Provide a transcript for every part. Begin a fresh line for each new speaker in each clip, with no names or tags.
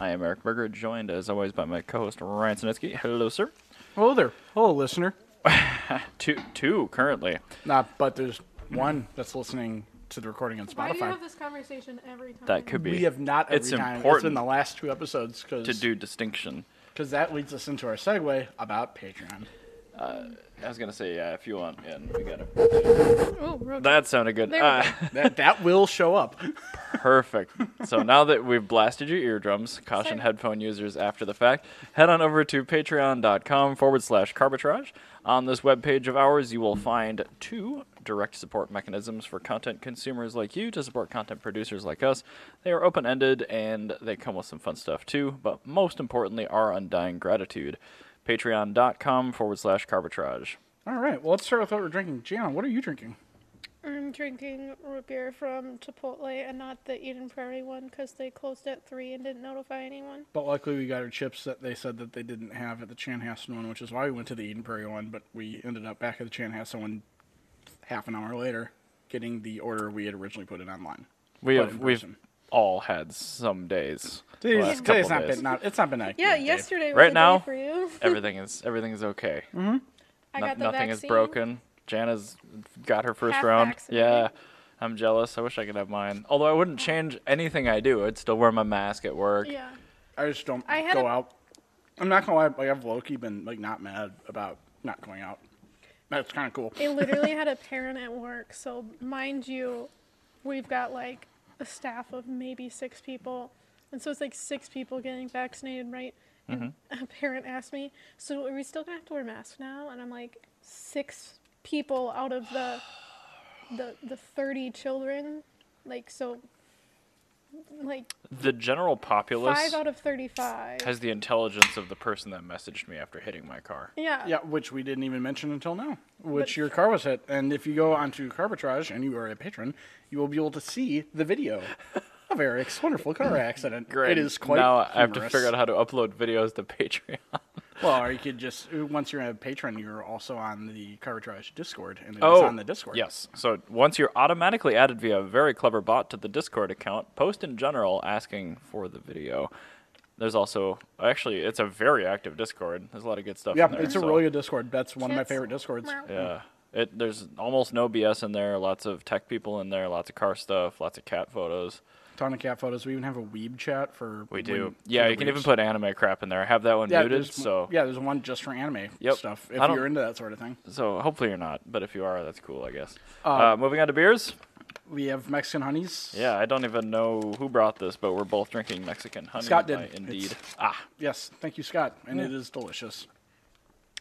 am Eric Berger, joined as always by my co-host Ryan Sinetsky. Hello, sir.
Hello there. Hello, listener.
Two, two currently.
Nah, but there's one that's listening to the recording on
Why do you
Spotify.
have this conversation every time?
That could be.
We have not every
It's
time. It's been
important
the last two episodes
to
because
do distinction.
that leads us into our segue about Patreon.
I was gonna say yeah, if you want, and we got it.
Oh, road
That sounded good.
There we
Uh,
that that will show up.
Perfect. so now that we've blasted your eardrums, caution
Same.
headphone users after the fact, head on over to patreon.com forward slash carbitrage. On this webpage of ours, you will find two direct support mechanisms for content consumers like you to support content producers like us. They are open ended and they come with some fun stuff too, but most importantly, our undying gratitude. Patreon.com forward slash carbitrage.
All right. Well, let's start with what we're drinking. Gian, what are you drinking?
I'm drinking root beer from Chipotle and not the Eden Prairie one because they closed at 3 and didn't notify anyone.
But luckily, we got our chips that they said that they didn't have at the Chanhassen one, which is why we went to the Eden Prairie one. But we ended up back at the Chanhassen one half an hour later, getting the order we had originally put in online.
We
But
have,
in
we've
person.
all had some days. the
Today's,
last
today's
couple
not
days.
been not it's not been a
Yeah,
good day.
yesterday was
Right
a day
now-
for you.
everything is everything is okay.
I
No-
got the
nothing
vaccine.
is broken. Jana's got her first
Half
round.
vaccinated.
Yeah. I'm jealous. I wish I could have mine. Although I wouldn't change anything I do. I'd still wear my mask at work.
Yeah.
I just don't
I had
go
a-
out. I'm not gonna lie, like I've Loki been like not mad about not going out. That's kind of cool.
I literally had a parent at work, so mind you, we've got like a staff of maybe six people. And so it's like six people getting vaccinated, right? And a parent asked me, So are we still gonna have to wear masks now? And I'm like, six people out of the the the thirty children. Like so like
The general populace
five out of thirty five.
has the intelligence of the person that messaged me after hitting my car.
Yeah.
Yeah, which we didn't even mention until now. Which
But-
your car was hit, and if you go onto Carbitrage and you are a patron, you will be able to see the video of Eric's wonderful car accident. It is quite.
Now I have to
humorous.
figure out how to upload videos to Patreon.
Well, or you could just once you're a patron, you're also on the Carbitrage Discord, and it's
Oh,
on the Discord.
Yes. So once you're automatically added via a very clever bot to the Discord account, post in general asking for the video. There's also actually it's a very active Discord. There's a lot of good stuff.
Yeah,
in there,
it's a
so-
really good Discord. That's one of my
Kids.
favorite Discords.
Meow.
Yeah. It there's almost no BS in there. Lots of tech people in there. Lots of car stuff. Lots of cat photos.
Ton of cat photos. We even have a weeb chat for.
We
when-
do.
for
yeah,
the
you can even
weebs.
put anime crap in there. I have that one muted.
there's-
So
yeah, there's one just for anime
Yep.
stuff.
I
If
don't-
you're into that sort of thing,
So hopefully you're not, but if you are, that's cool, I guess. Uh, moving on to beers.
we have Mexican honeys.
Yeah, I don't even know who brought this, but we're both drinking Mexican honey.
Scott did.
by Indeed.
It's-
Ah,
Yes, thank you, Scott, and it is delicious.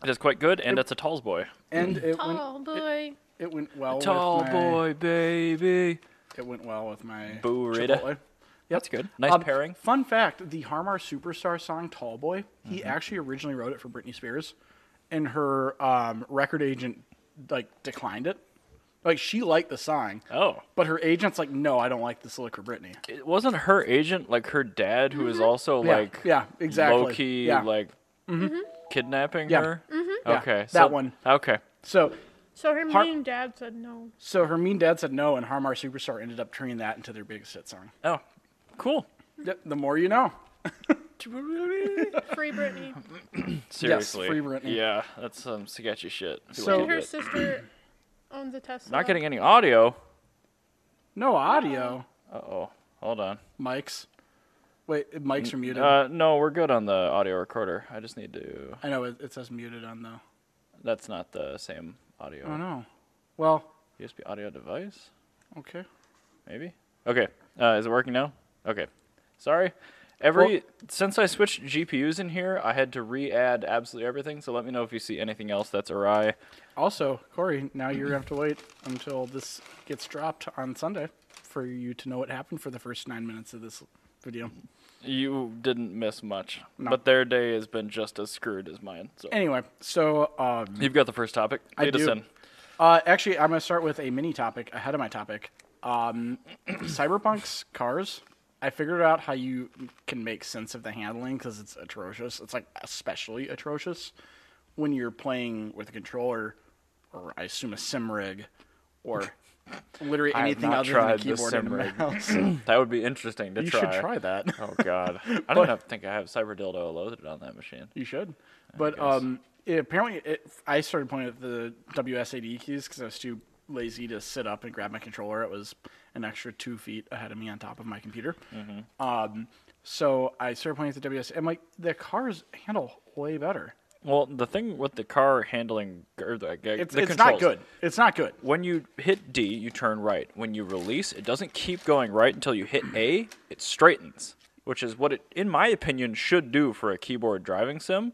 It is quite good, and it's a Tall's boy.
And it went,
Oh boy.
it went well.
Mm. Tall
with my,
boy, baby.
It went well with my
Burrito.
Chipotle.
That's good. Nice
Um,
pairing.
Fun fact: the Harmar Superstar song "Tall Boy,"
Mm-hmm.
he actually originally wrote it for Britney Spears, and her um, record agent like declined it. Like she liked the song,
Oh.
but her agent's like, "No, I don't like this lick for Britney."
It wasn't her agent, like her dad, who was also
Mm-hmm. Yeah,
like
yeah, exactly.
low key,
Yeah. Mm-hmm.
like Mm-hmm. kidnapping
Yeah.
her. Mm-hmm.
Yeah,
Okay,
that
so-
one.
Okay,
So
So her
Har-
mean dad said no.
So her mean dad said no, and Harmar Superstar ended up turning that into their biggest hit song.
oh, cool.
Yep, the more you know.
Free Britney.
Seriously,
free Britney.
Yeah, that's some sketchy shit. Who
So-
would
And
do
her
that?
sister owns a Tesla.
not getting any audio.
No audio,
Uh oh, hold on.
Mike's. Wait, Mike's are muted.
Uh, no, we're good on the audio recorder. I just need to.
I know it, it says muted on the.
That's not the same audio.
Oh no. Well,
USB audio device.
okay.
Maybe. Okay. Uh, is it working now? Okay. Sorry. Every since I switched GPUs in here, I had to re-add absolutely everything. So let me know if you see anything else that's awry.
Also, Corey, now you're gonna have to wait until this gets dropped on Sunday for you to know what happened for the first nine minutes of this video.
You didn't miss much,
No.
but their day has been just as screwed as mine. So
Anyway, so um,
you've got the first topic.
I
Lead us
do.
in.
Uh, actually, I'm going to start with a mini topic ahead of my topic. Um, Cyberpunk's cars. I figured out how you can make sense of the handling because it's atrocious. It's like especially atrocious when you're playing with a controller, or I assume a sim rig, or literally
I have
anything
not
other than a
tried the
keyboard and a
sim rig.
mouse.
That would be interesting to
you
try.
should try that.
Oh God, I don't have, think I have Cyber Dildo loaded on that machine.
You should. But
guess.
um, it, apparently, it, I started pointing at the WSAD keys because I was too lazy to sit up and grab my controller. It was an extra two feet ahead of me on top of my computer.
Mm-hmm.
Um, so I started pointing at the WS. I'm like, the cars handle way better.
Well, the thing with the car handling, or the, uh,
It's,
the
it's
controls,
not good. It's not good.
When you hit D, you turn right. When you release, it doesn't keep going right until you hit A. It straightens, which is what it, in my opinion, should do for a keyboard driving sim.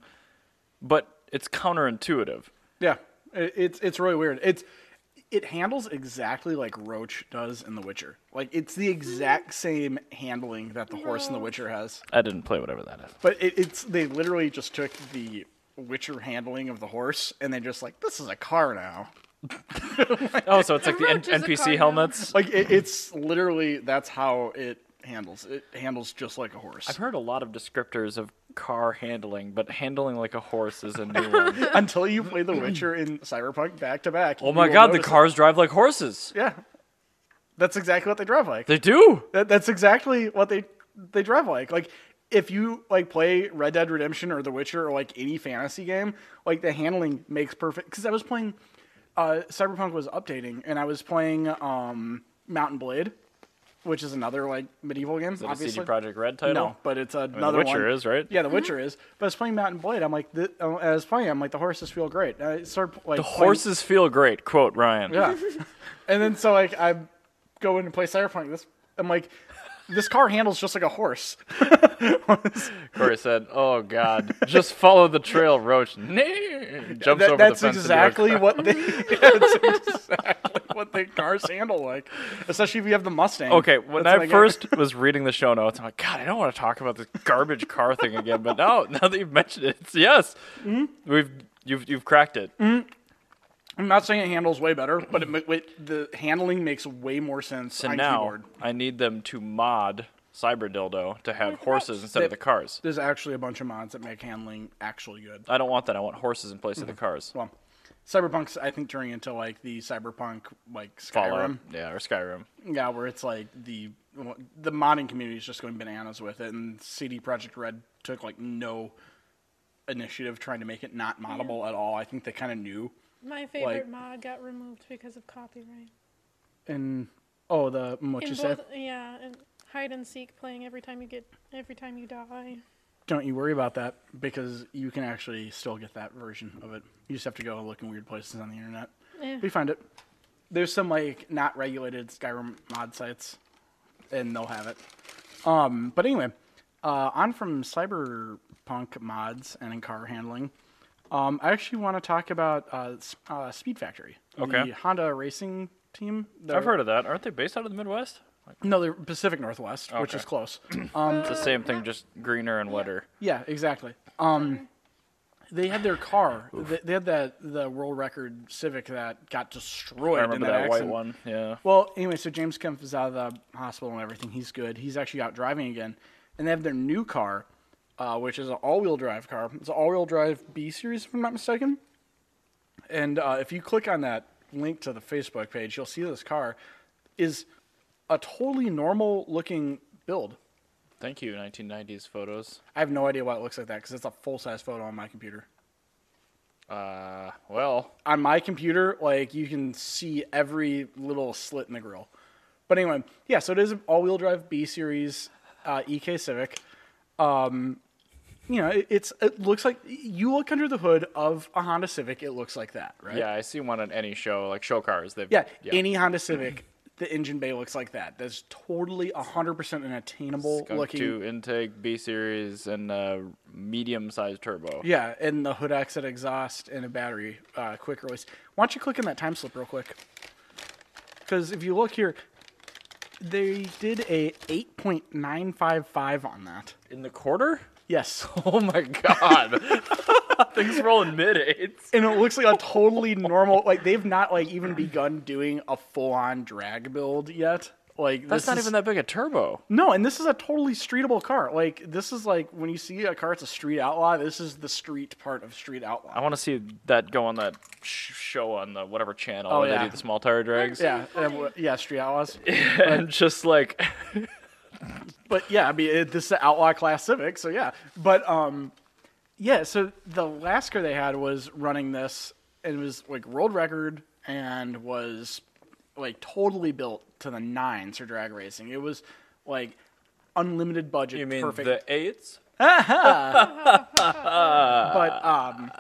But it's counterintuitive.
Yeah, it, it's it's really weird. It's it handles exactly like Roach does in The Witcher. Like it's the exact same handling that the horse in The Witcher has.
I didn't play whatever that is.
But it, it's they literally just took the Witcher handling of the horse and they just like this is a car now.
Oh, so it's like the N-
Roach is a car
NPC
now.
helmets.
Like it, it's literally that's how it handles. It handles just like a horse
I've heard a lot of descriptors of car handling, but handling like a horse is a new one.
until you play The Witcher in Cyberpunk back to back.
Oh my god, the cars drive like horses.
Yeah, that's exactly what they drive like.
They do.
That, that's exactly what they they drive like. Like if you like play Red Dead Redemption or The Witcher or like any fantasy game, like the handling makes perfect. Because I was playing, uh, Cyberpunk was updating, and I was playing um, Mountain Blade, which is another like medieval game.
The
obviously,
CD Project Red title.
no, but it's another
Witcher
one.
is, right?
Yeah, The Witcher is. But I was playing Mountain Blade. I'm like, th- uh, I was playing. I'm like, the horses feel great. And I started like
The
playing-
horses feel great. Quote Ryan.
yeah. and then so like I go in and play Cyberpunk. This I'm like, this car handles just like a horse.
Corey said, "Oh God, just follow the trail, Roach." Nah. Jumps
That-
over
that's
the fence. into a
exactly
car.
what they. that's exactly what the cars handle like, especially if you have the Mustang.
Okay, when
That's
I
like a-
first was reading the show notes, I'm like, God, I don't want to talk about this garbage car thing again. But now, now that you've mentioned it, it's yes,
Mm-hmm.
we've you've you've cracked it.
I'm not saying it handles way better, but it, ma- wait, the handling makes way more sense
So
on
now
keyboard.
I need them to mod Cyber Dildo to have horses instead of
They-
the cars.
There's actually a bunch of mods that make handling actually good.
I don't want that. I want horses in place of the cars.
Mm-hmm. Well, Cyberpunk's I think turning into like the Cyberpunk like Skyrim.
Fallout, yeah, or Skyrim.
Yeah, where it's like the the modding community is just going bananas with it, and CD Projekt Red took like no initiative trying to make it not moddable at all. I think they kind of knew.
My
Like-
favorite mod got removed because of copyright.
And oh, the what
In
you said.
both- yeah, and hide and seek playing every time you get every time you die.
Don't you worry about that because you can actually still get that version of it. You just have to go look in weird places on the internet.
Eh.
We find it. There's some like not regulated Skyrim mod sites, and they'll have it. Um, but anyway, uh, on from cyberpunk mods and car handling, um, I actually want to talk about uh, S- uh, Speed Factory,
Okay.
the Honda racing team.
I've heard of that. Aren't they based out of the Midwest? Like,
No, they're Pacific Northwest, which
Okay.
is close.
it's the same thing, just greener and wetter.
Yeah, exactly. Um, they had their car. They, they had that the world record Civic that got destroyed.
I
in
remember
that,
that, white
accident.
one. Yeah.
Well, anyway, so James comes out of the hospital and everything. He's good. He's actually out driving again, and they have their new car, uh, which is an all-wheel drive car. It's an all-wheel drive B series, if I'm not mistaken. And uh, if you click on that link to the Facebook page, you'll see this car is a totally normal-looking build.
Thank you, 1990s photos.
I have no idea why it looks like that because it's a full-size photo on my computer.
Uh, well,
on my computer, like you can see every little slit in the grill. But anyway, yeah, so it is an all-wheel drive B series uh, EK Civic. Um, you know, it, it's it looks like you look under the hood of a Honda Civic, it looks like that, right?
yeah, I see one on any show, like show cars. They've
Yeah, any Honda Civic, the engine bay looks like that. That's totally 100% an attainable
Skunk
looking
two intake, B series, and uh, medium sized turbo.
Yeah, and the hood exit exhaust and a battery uh, quick release. Why don't you click on that time slip real quick? Because if you look here, they did a 8.955 on that.
In the quarter?
Yes.
Oh my god! Things rolling mid eights.
And it looks like a totally normal, like they've not like even begun doing a full on drag build yet. Like
That's
this
not
is-
even that big a turbo.
No, and this is a totally streetable car. Like this is like when you see a car, it's a street outlaw. This is the street part of street
I
outlaw.
want to see that go on that sh- show on the whatever channel
Oh,
where they
yeah.
do the small tire drags.
Yeah, and, w- yeah, street outlaws.
and just like
but yeah, I mean, it, this is an outlaw class Civic, so yeah. But um, yeah. So the last car they had was running this, and it was like world record, and was like totally built to the nines for drag racing. It was like unlimited budget.
you mean
perfect.
the eights?
but um,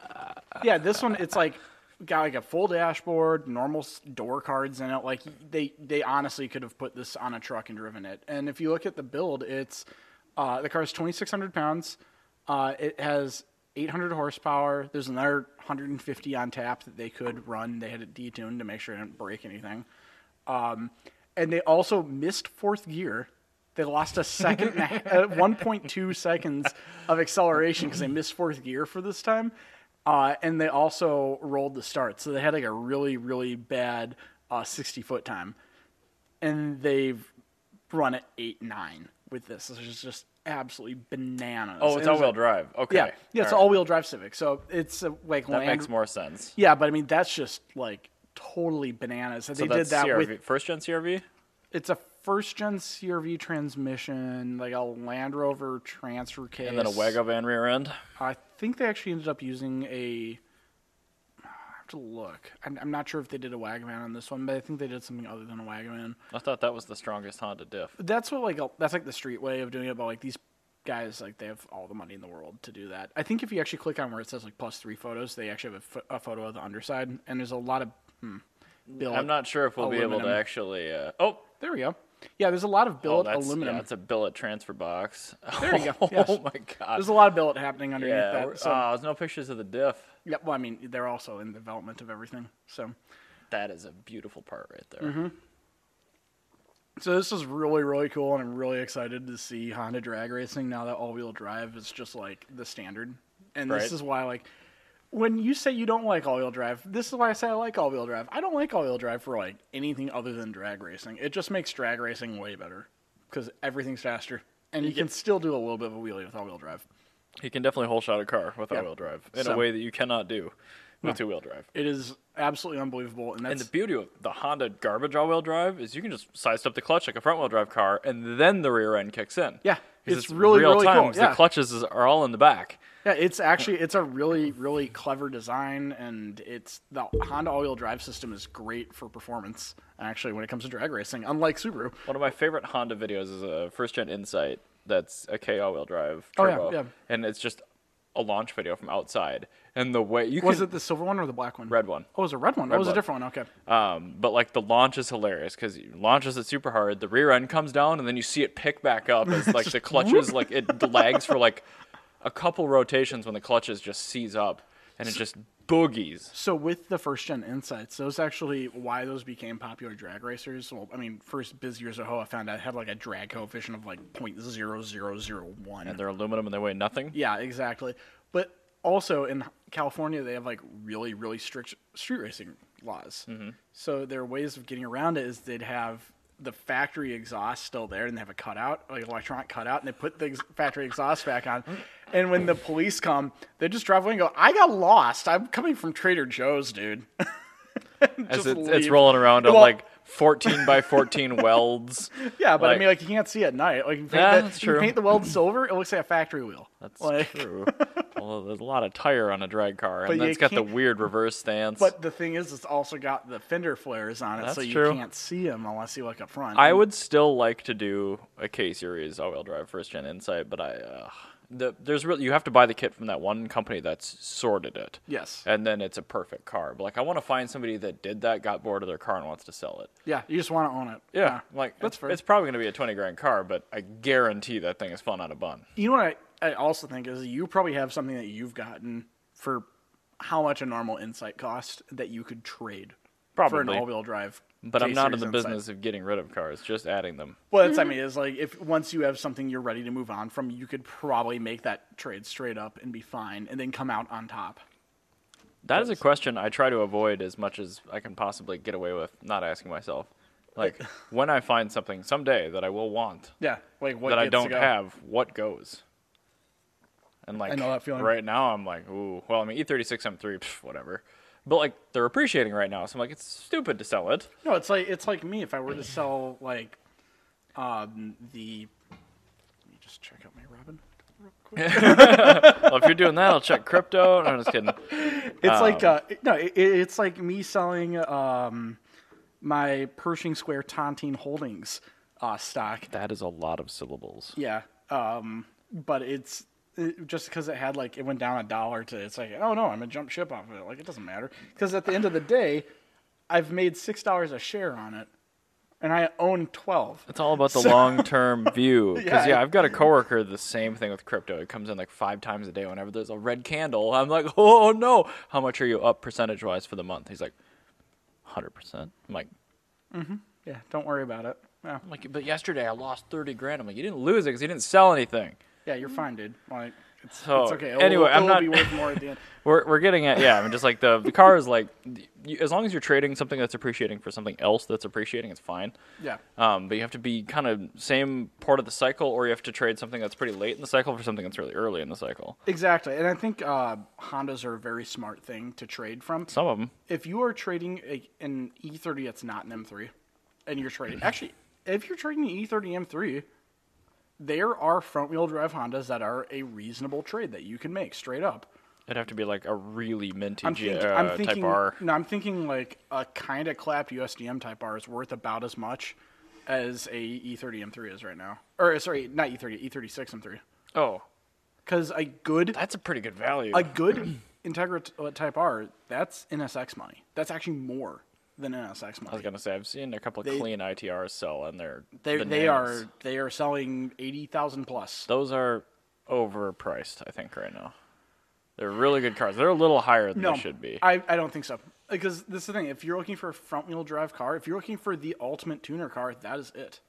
yeah, this one it's like got like a full dashboard, normal s- door cards in it. Like they they honestly could have put this on a truck and driven it. And if you look at the build, it's uh, the car's twenty six hundred pounds. Uh, it has eight hundred horsepower. There's another hundred and fifty on tap that they could run. They had it detuned to make sure it didn't break anything. Um, and they also missed fourth gear. They lost a second, and a half, uh, 1.2 seconds of acceleration because they missed fourth gear for this time. Uh, and they also rolled the start. So they had like a really, really bad uh, 60 foot time. And they've run at 8 9 with this. This is just absolutely bananas.
Oh, it's
And
all wheel drive. Okay.
Yeah, yeah it's
All right.
all wheel drive Civic. So it's uh, like
That
Land-
makes more sense.
Yeah, but I mean, that's just like totally bananas. And
So
they did
that's
that
CRV,
with
first gen CRV.
it's a first gen CRV transmission, like a Land Rover transfer case.
And then a Wago van rear end.
I think they actually ended up using a. I have to look. I'm, I'm not sure if they did a Wagaman on this one, but I think they did something other than a Wagaman.
I thought that was the strongest Honda diff.
That's what like a, that's like the street way of doing it. But like these guys, like they have all the money in the world to do that. I think if you actually click on where it says like plus three photos, they actually have a, pho- a photo of the underside, and there's a lot of. Hmm, built.
I'm not sure if we'll be able to
aluminum.
actually. Uh, oh,
There we go. Yeah, there's a lot of
oh,
billet
that's
aluminum.
yeah, that's a billet transfer box.
There you go.
Oh,
Yes.
my god.
There's a lot of billet happening underneath
Yeah. we're-
that. So,
oh, there's no pictures of the diff.
yeah, well, I mean, they're also in development of everything. So,
That is a beautiful part right there.
Mm-hmm. so this is really, really cool, and I'm really excited to see Honda drag racing now that all-wheel drive is just like the standard. And
Right.
this is why, like, when you say you don't like all-wheel drive, this is why I say I like all-wheel drive. I don't like all-wheel drive for like anything other than drag racing. It just makes drag racing way better because everything's faster, and you can still do a little bit of a wheelie with all-wheel drive.
He can definitely whole shot a car with
Yeah.
all wheel drive in a
So-
way that you cannot do with two wheel drive.
It is absolutely unbelievable, and that's
And the beauty of the Honda garbage all wheel drive is you can just sidestep the clutch like a front wheel drive car, and then the rear end kicks in.
Yeah,
'Cause
it's really,
real
really cool,
time. 'cause
yeah.
The clutches is- are all in the back.
Yeah, it's actually it's a really really clever design, and it's the Honda all-wheel drive system is great for performance. Actually, when it comes to drag racing, unlike Subaru.
One of my favorite Honda videos is a first gen Insight that's a K all wheel drive
Oh, yeah,
turbo,
yeah.
and it's just a launch video from outside, and the way you
Was
can
it the silver one or the black one?
Red one.
Oh, it was a red one. oh, it was
one.
a different one. Okay.
Um, but like the launch is hilarious because launches it super hard. The rear end comes down, and then you see it pick back up as like the clutches like it lags for like a couple rotations when the clutches just seize up, and it just boogies.
So with the first gen insights, those actually why those became popular drag racers. Well, I mean, first Biz Years Aho, I found out had like a drag coefficient of like 0.0001.
And they're aluminum and they weigh nothing.
Yeah, exactly. But also in California, they have like really, really strict street racing laws.
Mm-hmm.
So their ways of getting around it is they'd have the factory exhaust still there, and they have a cutout, like electronic cutout, and they put the ex- factory exhaust back on. And when the police come, they just drive away and go, "I got lost. I'm coming from Trader Joe's, dude."
As it's,
Just
it's
leave.
rolling around on
Well-
like 14 by 14 welds.
yeah, but
Like-
I mean, like you can't see at night. Like you paint,
Yeah,
the-
that's
you
true.
paint the weld silver, it looks like a factory wheel.
That's
like,
true. Although there's a lot of tire on a drag car, and
But
then
you
it's got the
can't-
weird reverse stance.
But the thing is, it's also got the fender flares on it, so
That's
you
true.
can't see them unless you look up front.
I would still like to do a K series all wheel drive first gen Insight, but I uh, the, there's really you have to buy the kit from that one company that's sorted it.
Yes.
And then it's a perfect car. But like I want to find somebody that did that, got bored of their car, and wants to sell it.
Yeah, you just want to own it.
Yeah, like
that's
it's,
fair.
it's probably gonna be a twenty grand car, but I guarantee that thing is fun on a bun.
you know what I, I also think is you probably have something that you've gotten for how much a normal Insight cost that you could trade for an
Probably.
all-wheel drive.
But I'm not in
K-Series
the
Insight.
business of getting rid of cars, just adding them.
Well, that's I mean is like if once you have something you're ready to move on from, you could probably make that trade straight up and be fine, and then come out on top.
That is a question I try to avoid as much as I can possibly get away with not asking myself. Like when I find something someday that I will want
Yeah, like what
that I
gets to
don't
go.
have, what goes? And like
know that feeling.
right now, I'm like, ooh, well, I mean, E E36 M3, pff, whatever. But like they're appreciating right now, so I'm like, it's stupid to sell it.
No, it's like it's like me if I were to sell like um the. Let me just check out my Robin. real quick.
well, if you're doing that, I'll check crypto. No, I'm just kidding.
It's like uh, it- no, it, it- it's like me selling um my Pershing Square Tontine Holdings uh, stock.
That is a lot of syllables.
Yeah, um, but it's. It, just because it had like it went down a dollar to it's like oh no I'm gonna jump ship off of it like it doesn't matter because at the end of the day I've made six dollars a share on it and I own twelve
It's all about the long term view. Because,
Yeah.
yeah. I've got a coworker, the same thing with crypto. It comes in like five times a day whenever there's a red candle. I'm like, oh no. How much are you up percentage wise for the month? He's like, 100%. I'm like,
yeah don't worry about it yeah
I'm like, but yesterday I lost 30 grand. I'm like, you didn't lose it because you didn't sell anything.
Yeah, you're fine, dude. Like, it's,
So,
it's okay. It'll,
Oh, anyway,
it'll,
I'm not-
be worth more at the end.
We're, we're getting at, yeah, I mean, just like the, the car is like, you, as long as you're trading something that's appreciating for something else that's appreciating, it's fine.
Yeah,
Um, but you have to be kind of same part of the cycle, or you have to trade something that's pretty late in the cycle for something that's really early in the cycle.
exactly. And I think uh, Hondas are a very smart thing to trade from.
Some of them.
If you are trading a, an E30 that's not an M3, and you're trading, actually, if you're trading an E E30 M3, there are front wheel drive Hondas that are a reasonable trade that you can make straight up.
It'd have to be like a really minty
I'm,
G-
think-
uh,
I'm
Type
thinking,
R.
no, I'm thinking like a kind of clapped USDM Type R is worth about as much as a E E30 M3 is right now, or uh, sorry, not E E30, E36 M3.
Oh,
Because a good
that's a pretty good value.
a good Integra t- uh, Type R, that's NSX money. That's actually more than NSX
I was
money.
gonna say I've seen a couple of
They-
clean ITRs sell, and they're
They they
bananas.
are they are selling eighty thousand plus.
those are overpriced. I think right now they're really good cars. They're a little higher than
No,
they should be.
I, I don't think so. Because this is the thing. If you're looking for a front wheel drive car, if you're looking for the ultimate tuner car, that is it.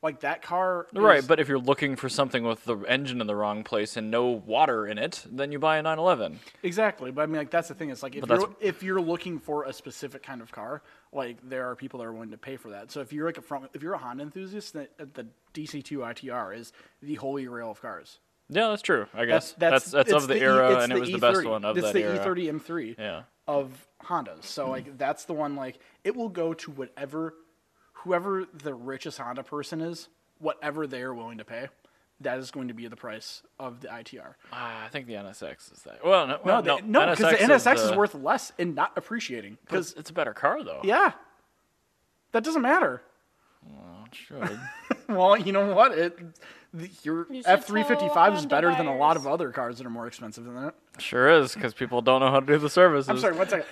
Like that car.
Right,
is-
but if you're looking for something with the engine in the wrong place and no water in it, then you buy a 911.
Exactly, but I mean, like that's the thing. It's like if
But that's-
you're if you're looking for a specific kind of car, like there are people that are willing to pay for that. So if you're like a front, if you're a Honda enthusiast, the, the DC2 ITR is the holy grail of cars.
Yeah, that's true. I guess
That's
that's that's,
it's
of the,
E-
era,
it's
and it was the best
E30.
one of
it's
that
the E
era.
E30 M3
Yeah. Hmm.
of Hondas. So like that's the one. Like it will go to whatever, whoever the richest Honda person is, whatever they are willing to pay, that is going to be the price of the ITR.
Ah, I think the NSX is that. Well, no,
No,
well,
they- no, because the NSX is,
the-
worth less and not appreciating.
uh, but
Because
it's- it's a better car though.
yeah, that doesn't matter.
It should.
Well, you know what? It the, your
You should
F three fifty five is
tell
better than a lot
Honda
of other cars that are more expensive than it.
sure is because people don't know how to do the services.
I'm sorry, one second.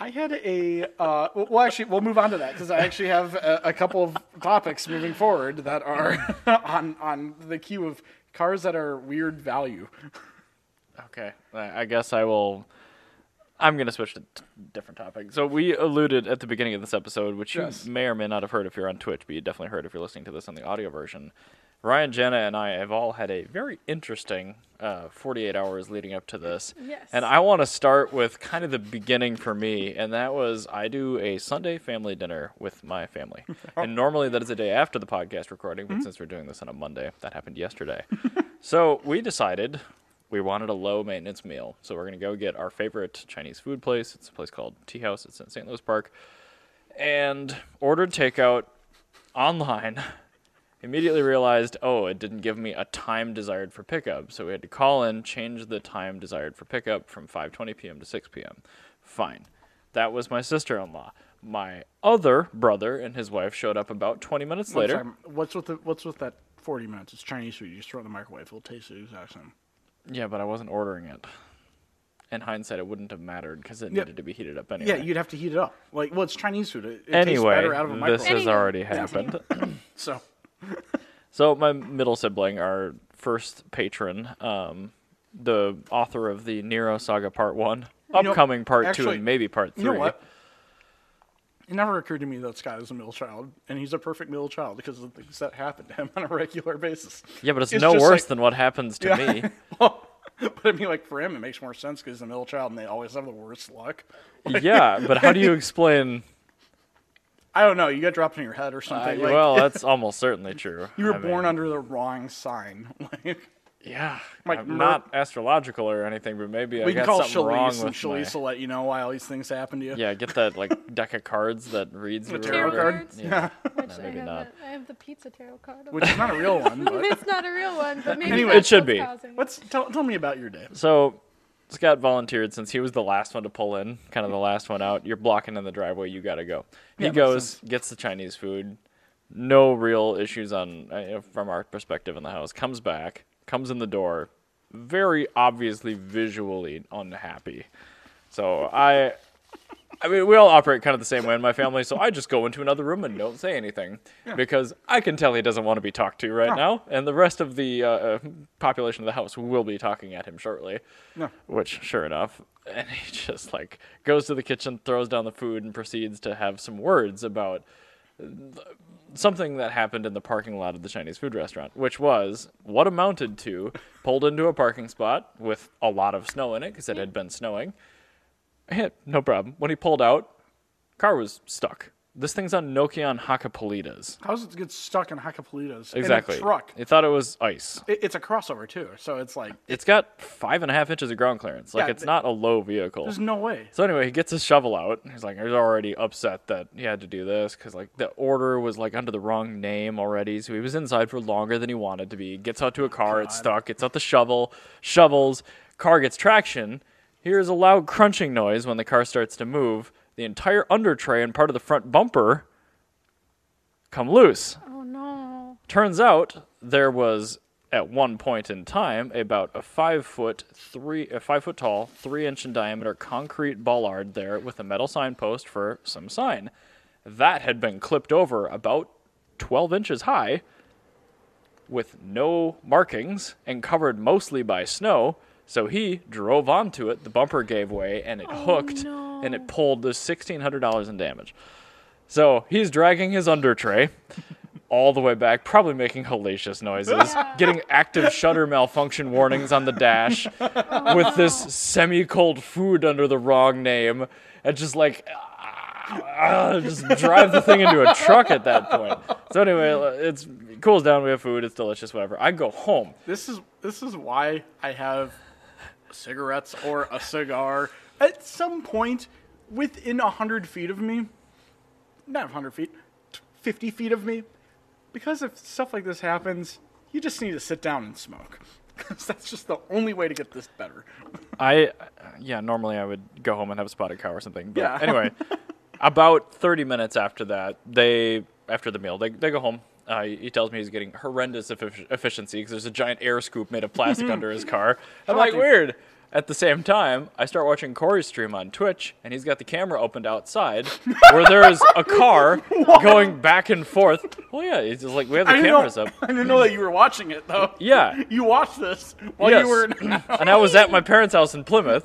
I had a. Uh, well, well, actually, we'll move on to that because I actually have a, a couple of topics moving forward that are on on the queue of cars that are weird value.
Okay, I I guess I will. I'm going to switch to a different topic. So we alluded at the beginning of this episode, which
Yes.
you may or may not have heard if you're on Twitch, but you definitely heard if you're listening to this on the audio version. Ryan, Jenna, and I have all had a very interesting uh, 48 hours leading up to this.
Yes.
And I want to start with kind of the beginning for me, and that was I do a Sunday family dinner with my family. and normally that is a day after the podcast recording, but since we're doing this on a Monday, that happened yesterday. so we decided we wanted a low maintenance meal. So we're going to go get our favorite Chinese food place. It's a place called Tea House, it's in St. Louis Park. And ordered takeout online. Immediately realized, oh, it didn't give me a time desired for pickup. So we had to call in, change the time desired for pickup from 5:20 p.m. to 6 p.m. Fine. That was my sister-in-law. My other brother and his wife showed up about 20 minutes later.
Sorry, what's with the, what's with that forty minutes? It's Chinese food. You just throw it in the microwave. It'll taste the exact same.
Yeah, but I wasn't ordering it. In hindsight, it wouldn't have mattered because it
Yeah.
needed to be heated up anyway.
Yeah, you'd have to heat it up. Like, well, it's Chinese food. It, it tastes
anyway,
better out of a microwave.
this has
Anyway,
already
yeah.
happened.
So
So my middle sibling, our first patron, um, the author of the Nero Saga Part One,
know,
upcoming Part Two,
actually,
and maybe Part Three.
you know what? It never occurred to me that Scott is a middle child, and he's a perfect middle child because of the things that happen to him on a regular basis.
Yeah, but it's,
It's
no
just
worse
like-
than what happens to
Yeah.
me.
well, but I mean, like for him, it makes more sense because he's a middle child, and they always have the worst luck.
yeah, but how do you explain
I don't know. You got dropped on your head or something. like,
well, that's almost certainly true.
you were
I
born
mean,
under the wrong sign. Like,
yeah,
like
I'm
mer-
not astrological or anything, but maybe I
we can
got
call
something wrong
Shalise, and
with
Shalise
my.
will let you know why all these things happen to you.
Yeah, get that like deck of cards that reads
The
or
tarot
whatever.
card?
Yeah.
Which I
maybe
have
not.
a- I have the pizza tarot card.
Which is not a real one, but
it's not a real one, but maybe
Anyway,
it
that's
should
what's
be.
causing it.
what's tell, tell me about your day.
So Scott volunteered since he was the last one to pull in, kind of the last one out. You're blocking in the driveway. You got to go. He
Yeah, makes
goes, gets the Chinese food. No real issues on uh, from our perspective in the house. Comes back, comes in the door, very obviously visually unhappy. So I, I mean, we all operate kind of the same way in my family. So I just go into another room and don't say anything because I can tell he doesn't want to be talked to right now, and the rest of the uh, uh, population of the house will be talking at him shortly.
No.
Which, sure enough, and he just like goes to the kitchen, throws down the food, and proceeds to have some words about something that happened in the parking lot of the Chinese food restaurant, which was what amounted to pulled into a parking spot with a lot of snow in it because it had been snowing. Yeah, no problem. When he pulled out, car was stuck. This thing's on Nokian Hakapalitas.
How does it get stuck in Hacapolitas?
Exactly.
In a truck.
He thought it was ice.
It, it's a crossover too, so it's like
It's got five and a half inches of ground clearance. Like
Yeah,
it's
th-
not a low vehicle.
there's no way.
So anyway, he gets his shovel out. He's like, he's already upset that he had to do this because like the order was like under the wrong name already. So he was inside for longer than he wanted to be. Gets out to a car, it's stuck. Gets out the shovel, shovels. Car gets traction. Hears a loud crunching noise when the car starts to move. The entire under tray and part of the front bumper come loose.
Oh no.
Turns out there was at one point in time about a five foot three a five foot tall, three inch in diameter concrete bollard there with a metal signpost for some sign. That had been clipped over about twelve inches high with no markings and covered mostly by snow. So he drove onto it, the bumper gave way, and it hooked
no.
and it pulled the sixteen hundred dollars in damage. So he's dragging his under tray all the way back, probably making hellacious noises,
Yeah.
getting active shutter malfunction warnings on the dash, with this semi cold food under the wrong name, and just like. ah, just drive the thing into a truck at that point. So anyway, it's it cools down. We have food. It's delicious. Whatever. I go home.
This is this is why I have cigarettes or a cigar at some point within hundred feet of me, not hundred feet, t- fifty feet of me, because if stuff like this happens, you just need to sit down and smoke. 'Cause that's just the only way to get this better.
I, yeah, normally I would go home and have a spotted cow or something. But
Yeah.
anyway, about 30 minutes after that, they, after the meal, they, they go home. Uh, he tells me he's getting horrendous effic- efficiency because there's a giant air scoop made of plastic
Mm-hmm.
under his car. I'm like,
Shocking.
weird. At the same time, I start watching Corey's stream on Twitch, and he's got the camera opened outside where there is a car going back and forth. Well, yeah, it's just like we have the
I didn't,
cameras
know,
up.
I didn't know that you were watching it though.
Yeah.
You watched this while
Yes.
Oh, you were.
and I was at my parents' house in Plymouth.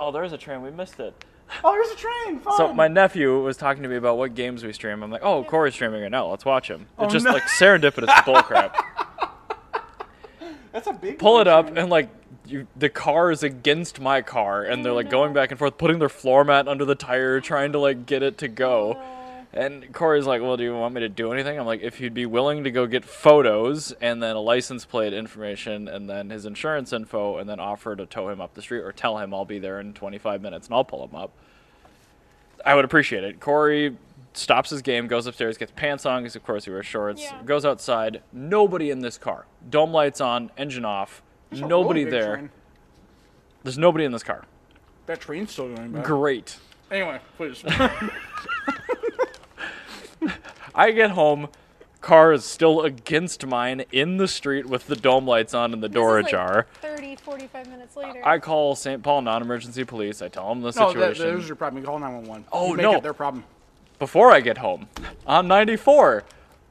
oh, there's a train. We missed it.
Oh, there's a train. Fine.
So my nephew was talking to me about what games we stream. I'm like, oh, Corey's streaming right now. Let's watch him. It's just
Oh, no.
like serendipitous bullcrap.
That's a big.
Pull it up and like. You, the car is against my car, and they're like going back and forth, putting their floor mat under the tire, trying to like get it to go. And Corey's like, "Well, do you want me to do anything?" I'm like, "If you'd be willing to go get photos and then a license plate information and then his insurance info and then offer to tow him up the street or tell him I'll be there in 25 minutes and I'll pull him up." I would appreciate it. Corey stops his game, goes upstairs, gets pants on because of course he wears shorts,
Yeah.
goes outside. Nobody in this car. Dome lights on, engine off. nobody there. There's nobody in this car.
That train's still going back.
Great.
Anyway, please.
I get home, car is still against mine in the street with the dome lights on and the door
This is like
ajar.
30, 45 minutes later.
I call St. Paul non-emergency police. I tell them the
no,
situation
that, that was your problem. You call 911.
Oh,
you make
no.
It their problem.
before I get home. On 94,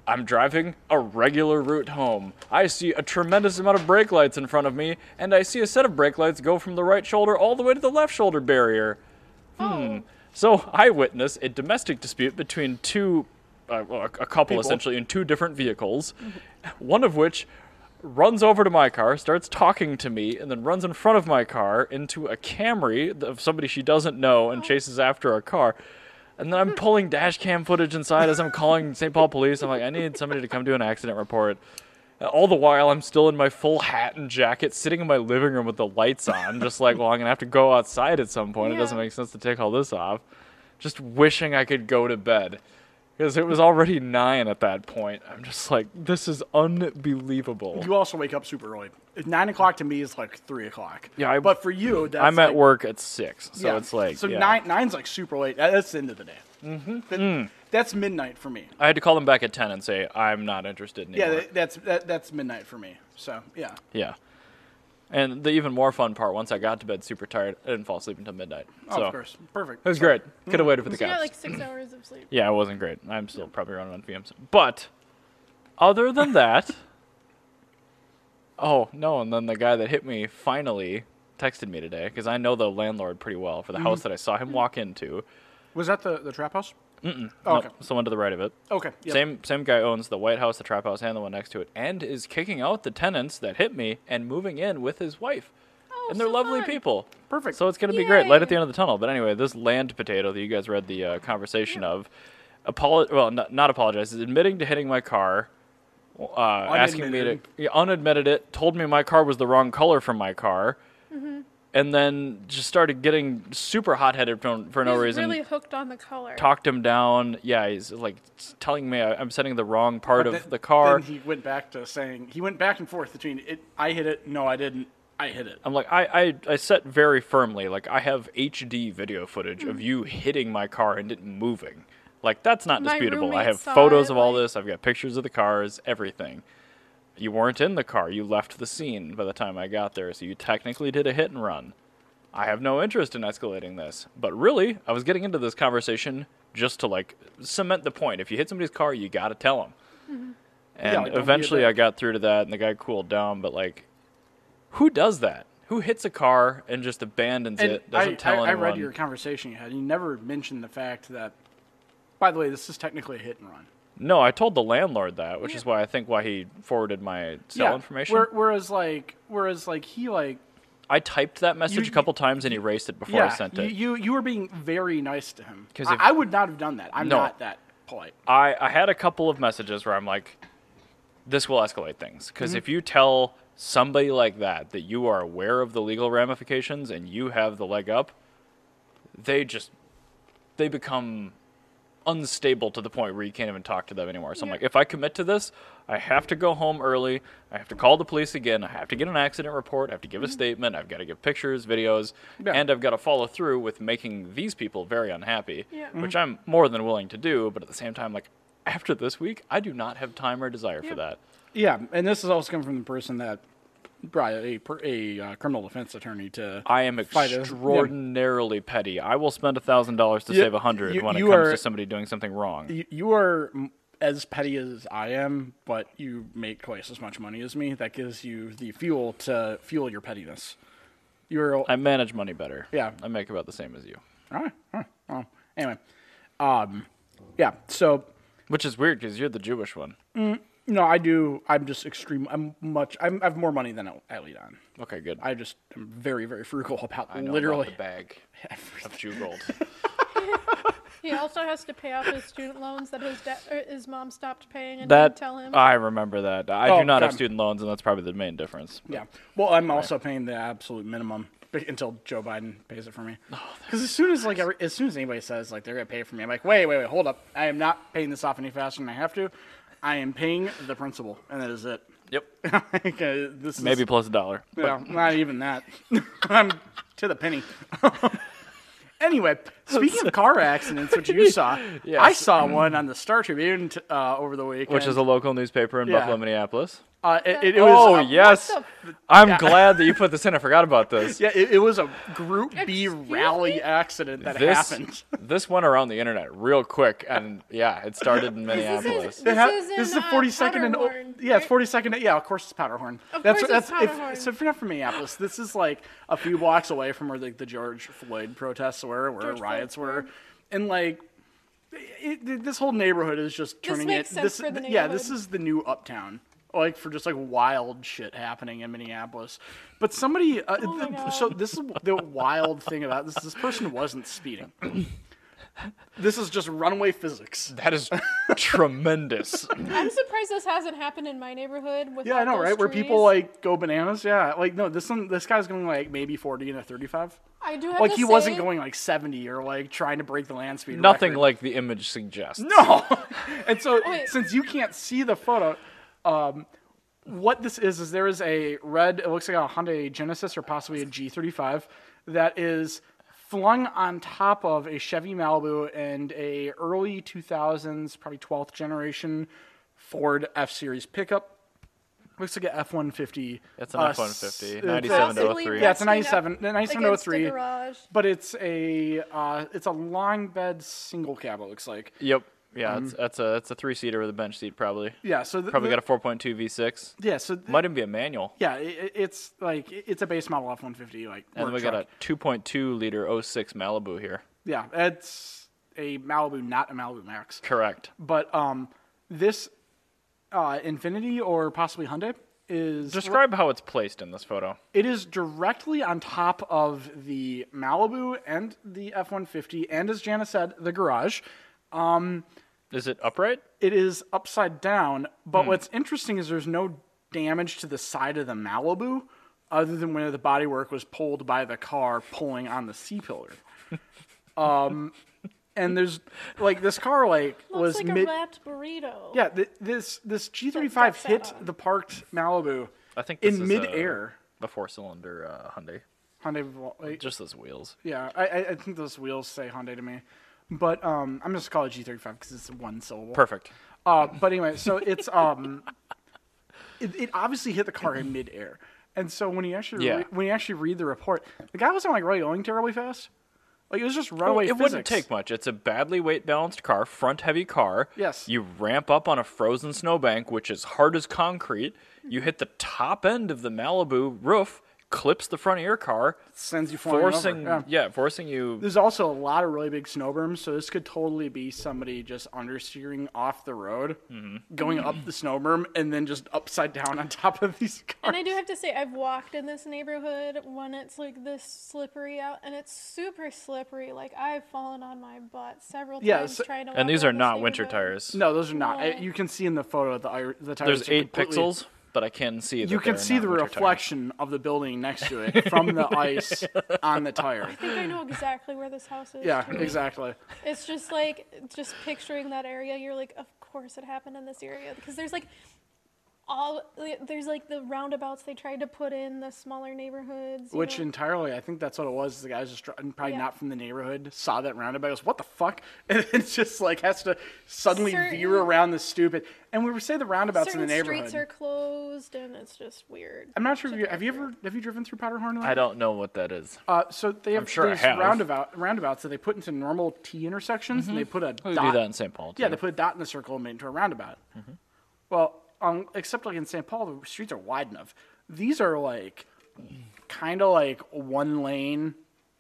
I'm driving a regular route home. I see a tremendous amount of brake lights in front of me, and I see a set of brake lights go from the right shoulder all the way to the left shoulder barrier. Hmm.
oh,
So I witness a domestic dispute between two, uh, well, a, a couple
People.
essentially in two different vehicles, one of which runs over to my car, starts talking to me, and then runs in front of my car into a Camry of somebody she doesn't know and chases after a car. And then I'm pulling dash cam footage inside as I'm calling St. Paul police. I'm like, I need somebody to come do an accident report. Uh, All the while, I'm still in my full hat and jacket, sitting in my living room with the lights on, just like, well, I'm going to have to go outside at some point. It
Yeah.
doesn't make sense to take all this off. Just wishing I could go to bed. Because it was already nine at that point. I'm just like, this is unbelievable.
You also wake up super early. Nine o'clock to me is like three o'clock.
Yeah, I- Mm-hmm.
but for you, that's
I'm at
like-
work at six, so
yeah.
it's like
so
yeah.
nine nine's like super late. That- That's the end of the day. Mm-hmm.
Hmm.
That's midnight for me.
I had to call them back at ten and say I'm not interested anymore.
Yeah, that, that's that, that's midnight for me. So yeah,
Yeah. And the even more fun part, once I got to bed super tired, I didn't fall asleep until midnight.
oh,
so
of course, perfect.
It was great. Could have waited for the
So you
cops.
got like six hours of sleep.
yeah, it wasn't great. I'm still probably running on VMs. But other than that, oh no! And then the guy that hit me finally texted me today because I know the landlord pretty well for the house that I saw him walk into.
Was that the the trap house? Mm-mm.
No,
okay.
someone to the right of it.
Okay. yep.
Same same guy owns the White House, the Trap House, and the one next to it, and is kicking out the tenants that hit me and moving in with his wife.
Oh,
and they're
so
lovely
fun.
people.
Perfect.
So it's going to be great. Light at the
Yay.
end of the tunnel. But anyway, this land potato that you guys read the uh, conversation of, apolo- well, not, not apologizes, admitting to hitting my car, uh, asking me to
Unadmitted.
yeah, unadmitted it, told me my car was the wrong color for my car.
Mm-hmm.
And then just started getting super hot-headed for, for no
He's
reason
really hooked on the color.
talked him down. Yeah, he's like telling me I- I'm sending the wrong part
But
of
then-
the car.
Then he went back to saying he went back and forth between it. I hit it. No, I didn't. I hit it.
I'm like, I, I, I set very firmly, like, I have HD video footage
Mm.
of you hitting my car and it moving. Like, that's not
My
disputable. I
roommate
have
saw
photos
it,
of all
like-
this. I've got pictures of the cars, everything. You weren't in the car. You left the scene by the time I got there, so you technically did a hit and run. I have no interest in escalating this. But really, I was getting into this conversation just to, like, cement the point. If you hit somebody's car, you got to tell them.
Mm-hmm.
And
Yeah, like, don't be a
eventually
dick.
I got through to that, and the guy cooled down, but, like, who does that? Who hits a car and just abandons
And
it? Doesn't
I,
tell
I, I
anyone.
read your conversation you had. You never mentioned the fact that. By the way, this is technically a hit and run.
No, I told the landlord that, which
Yeah.
is why I think why he forwarded my cell information.
where- whereas, like, whereas, like, he like.
I typed that message a
you-
couple times and erased it before
yeah,
I sent it.
You, you you were being very nice to him.
'Cause
I,
if-
I would not have done that. I'm
No.
not that polite.
I, I had a couple of messages where I'm like, this will escalate things. Because if you tell somebody like that that you are aware of the legal ramifications and you have the leg up, they just they become unstable to the point where you can't even talk to them anymore. So I'm
Yeah.
like, if I commit to this, I have to go home early. I have to call the police again. I have to get an accident report. I have to give a statement. I've got to give pictures, videos,
Yeah.
and I've got to follow through with making these people very unhappy,
Yeah.
Mm-hmm.
which I'm more than willing to do. But at the same time, like after this week, I do not have time or desire
Yeah.
for that.
Yeah, and this is also coming from the person that brought a per- a uh, criminal defense attorney to.
I am
Fight a- yeah.
extraordinarily petty. I will spend a thousand dollars to
You-
save a hundred
you-
when it
you
comes
are-
to somebody doing something wrong.
you, you are m- as petty as I am, but you make twice as much money as me. That gives you the fuel to fuel your pettiness. You're
I manage money better.
Yeah.
I make about the same as you.
all right, all right, well, anyway. Um, yeah. So
Which is weird because you're the Jewish one.
no, I do. I'm just extreme. I'm much. I'm, I have more money than I, I lead on.
Okay, good.
I just am very, very frugal about
I know
literally.
about the bag of Jew gold.
He also has to pay off his student loans that his da- or his mom stopped paying and
that
didn't tell him.
I remember that. I
Oh,
do not have
God.
student loans, and that's probably the main difference.
Yeah. Well, I'm also paying the absolute minimum b- until Joe Biden pays it for me.
Oh,
Because as soon as like every, as soon as anybody says like they're gonna pay for me, I'm like, wait, wait, wait, hold up. I am not paying this off any faster than I have to. I am paying the principal, and that is it.
Yep.
like, uh, this is,
Maybe plus a dollar.
well, not even that. I'm to the penny. anyway, speaking of car accidents, which you saw, I
Yes.
saw one on the Star Tribune t- uh, over the weekend.
Which is a local newspaper in
Yeah.
Buffalo, Minneapolis.
uh, it, it, it
oh,
was a-
yes.
What
I'm glad that you put this in. I forgot about this.
Yeah, it, it was a Group B
Excuse
rally
me?
accident that
this,
happened.
this went around the internet real quick, and yeah, it started in
This is-
Minneapolis.
This
It ha-
is in,
the
uh,
42nd and
Powderhorn,
yeah, it's
right?
42nd. Yeah, of course it's Powderhorn.
Of
that's
course
that's
it's
if-
Powderhorn.
so if you're not from Minneapolis, this is like a few blocks away from where like the George Floyd protests were, where
George
riots
Floyd.
were, and like it, it- this whole neighborhood is just turning
makes
it.
sense
this
for the
yeah, this
neighborhood.
is the new uptown. Like for just like wild shit happening in Minneapolis, but somebody. Uh,
Oh my
th- so this is the wild thing about this. This person wasn't speeding. This is just runaway physics.
That is tremendous.
I'm surprised this hasn't happened in my neighborhood. With
Yeah, I know, right? Where people like go bananas. Yeah, like no, this one, this guy's going like maybe forty and a thirty-five.
I do have
Like
to
he wasn't
say-
going like seventy or like trying to break the land speed.
Nothing
record.
like the image suggests.
No. and so
Wait.
since you can't see the photo, um, what this is is there is a red. It looks like a Hyundai Genesis or possibly a G35 that is flung on top of a Chevy Malibu and a early 2000s, probably 12th generation Ford F Series pickup. Looks like an F150.
It's an
Uh,
F-150,
s-
97 to
possibly
03.
Yeah, it's a
resting up
97, the 97 to
against a
03.
garage.
But it's a uh, it's a long bed single cab. It looks like.
Yep. Yeah, it's, that's a that's a three seater with a bench seat probably.
Mm-hmm. Yeah. So th-
Probably
th-
got a 4.2 V6.
Yeah, so th-
Might even be a manual.
yeah, i i- it's like i- it's a base model F one fifty like.
And then we
work
got
truck.
a 2.2 liter 06 Malibu here.
yeah, it's a Malibu, not a Malibu Max,
Correct.
but um, this uh, Infinity or possibly Hyundai is
Describe how it's placed in this photo.
it is directly on top of the Malibu and the F one fifty and as Jana said, the garage.
Is it upright?
It is upside down,
Hmm.
but what's interesting is there's no damage to the side of the Malibu other than where the bodywork was pulled by the car pulling on the C pillar. Um, and there's like this car like
Looks
was
like
mid
a wrapped burrito.
yeah th- this this
Got
G35
that
hit
on.
the parked Malibu
I think this
in
is
midair.
a, a four cylinder uh, Hyundai.
Hyundai Vol- like,
Just those wheels.
yeah, I, I I think those wheels say Hyundai to me, but um, I'm just gonna call it G35 because it's one syllable.
Perfect.
Uh, but anyway, so it's um, it, it obviously hit the car in midair, and so when you actually
Yeah.
re- when you actually read the report, the guy wasn't like really going terribly fast. Like it was just runaway.
it wouldn't
Oh, physics.
take much. It's a badly weight balanced car, front heavy car.
Yes.
You ramp up on a frozen snowbank, which is hard as concrete. You hit the top end of the Malibu roof, clips the front of your car,
Sends you flying over.
forcing
Yeah.
yeah, forcing you.
There's also a lot of really big snow berms, so this could totally be somebody just understeering off the road,
Mm-hmm.
going up the snow berm, and then just upside down on top of these cars.
And I do have to say, I've walked in this neighborhood when it's like this slippery out, and it's super slippery. Like I've fallen on my butt several
Yeah,
times
so-
trying to. walk
And these
around
are
this
not winter
neighborhood.
tires.
No, those are not. I-
No.
you can see in the photo the ir- the tires.
There's
are
eight
completely-
pixels, but I can see. That
you
they
can
are
see
not
the
winter tires.
reflection of the building next to it from the ice on the tire.
I think I know exactly where this house is.
Yeah,
too.
exactly.
It's just like just picturing that area. You're like, of course it happened in this area because there's like all there's like the roundabouts they tried to put in the smaller neighborhoods. you
Which
know?
entirely, I think that's what it was. The guys just dri- and probably
Yeah.
not from the neighborhood saw that roundabout. Goes, what the fuck? And it's just like has to suddenly veer
Certain-
around the stupid. And we were say the roundabouts
certain
in the
streets are
neighborhood.
closed, and it's just weird.
I'm not sure.
to
If you,
drive
have you
through.
ever have you driven through Powderhorn?
I don't know what that is.
Uh, so they have
sure I
these
have.
roundabout roundabouts that they put into normal T intersections, and they
Mm-hmm.
put a
We do
dot
that in St. Paul.
Yeah,
too.
they put a dot in the circle and made it into a roundabout. Well, um, except like in St. Paul, the streets are wide enough. These are like kind of like one lane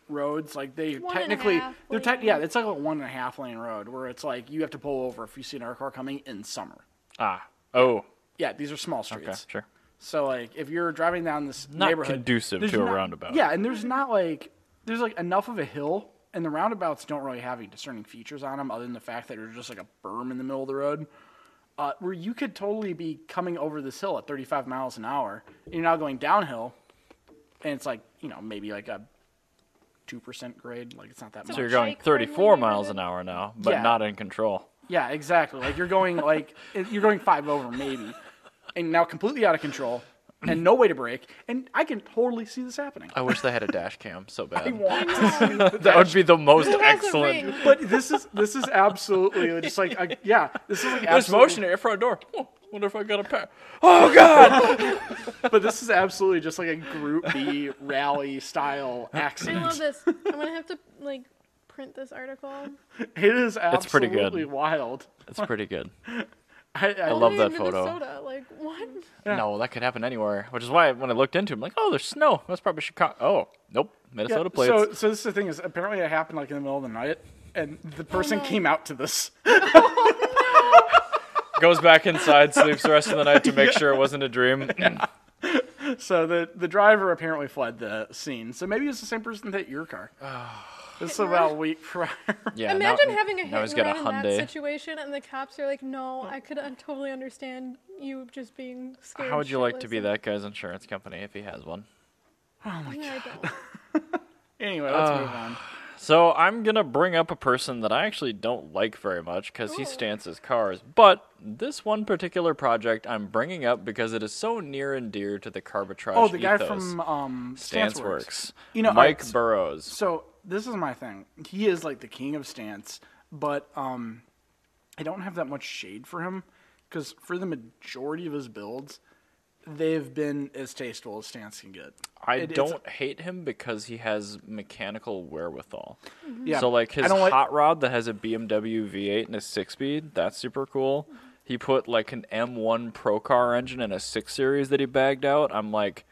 roads. Like they
One and a
technically,
half
they're tech
lane.
yeah, it's like a one and a half lane road where it's like you have to pull over if you see another car coming in summer.
ah, oh,
Yeah, these are small
okay,
streets.
sure.
So like if you're driving down this
Not
neighborhood,
conducive
there's
to a
not-
roundabout.
Yeah, and there's not like there's like enough of a hill, and the roundabouts don't really have any discerning features on them other than the fact that there's just like a berm in the middle of the road, uh, where you could totally be coming over this hill at 35 miles an hour, and you're now going downhill, and it's like you know maybe like a two percent grade, like it's not that
So
much.
So you're going
Shake friendly
34 miles an
neighborhood.
hour now, but
Yeah.
not in control.
Yeah, exactly. Like you're going like it- you're going five over maybe, and now completely out of control and no way to break. And I can totally see this happening.
I wish they had a dash cam so
I
bad.
want to see
That would be the most
Who has Um, a
excellent.
ring?
But this is this is absolutely just like a, yeah. This is like
There's
absolute-
motion at your front door. Oh, wonder if I got a pair.
But this is absolutely just like a Group B rally style
I love
accident.
this. I'm gonna have to like print this article.
It is
It's pretty
absolutely
good.
wild.
That's pretty good.
I, I,
love-
Only
that
in
photo.
Minnesota, like what?
No, that could happen anywhere, which is why when I looked into it, I'm like, oh, there's snow. That's probably Chicago. Oh, nope,
yeah,
Minnesota plates.
so so this is the thing is apparently it happened like in the middle of the night, and the person
Oh, no.
came out to this.
Goes back inside, sleeps the rest of the night to make sure it wasn't a dream.
So the the driver apparently fled the scene. So maybe it's the same person that hit your car. This is
and
about a
run.
week prior.
Yeah. now-
Imagine having a hit
now he's
and
got
run
a
in that
Hyundai.
situation, and the cops are like, "No, I could un- totally understand you just being scared."
How would you like to
shitless
be
and-
that guy's insurance company if he has one?
Yeah, I don't.
anyway, let's move on.
So I'm gonna bring up a person that I actually don't like very much because he
Ooh.
stants his cars. But this one particular project I'm bringing up because it is so near and dear to the Carbitrage
Oh, the guy
ethos.
from um,
Stance
Stanceworks.
Works.
You know,
Mike
alright,
Burrows.
So this is my thing. He is like the king of stance, but um, I don't have that much shade for him because for the majority of his builds, they've been as tasteful as stance can get.
I
It- it's-
don't hate him because he has mechanical wherewithal.
Yeah,
So like
Mm-hmm. I
his
don't like-
hot rod that has a BMW V8 and a six speed, that's super cool. He put like an M1 Pro Car engine and a six series that he bagged out. I'm like,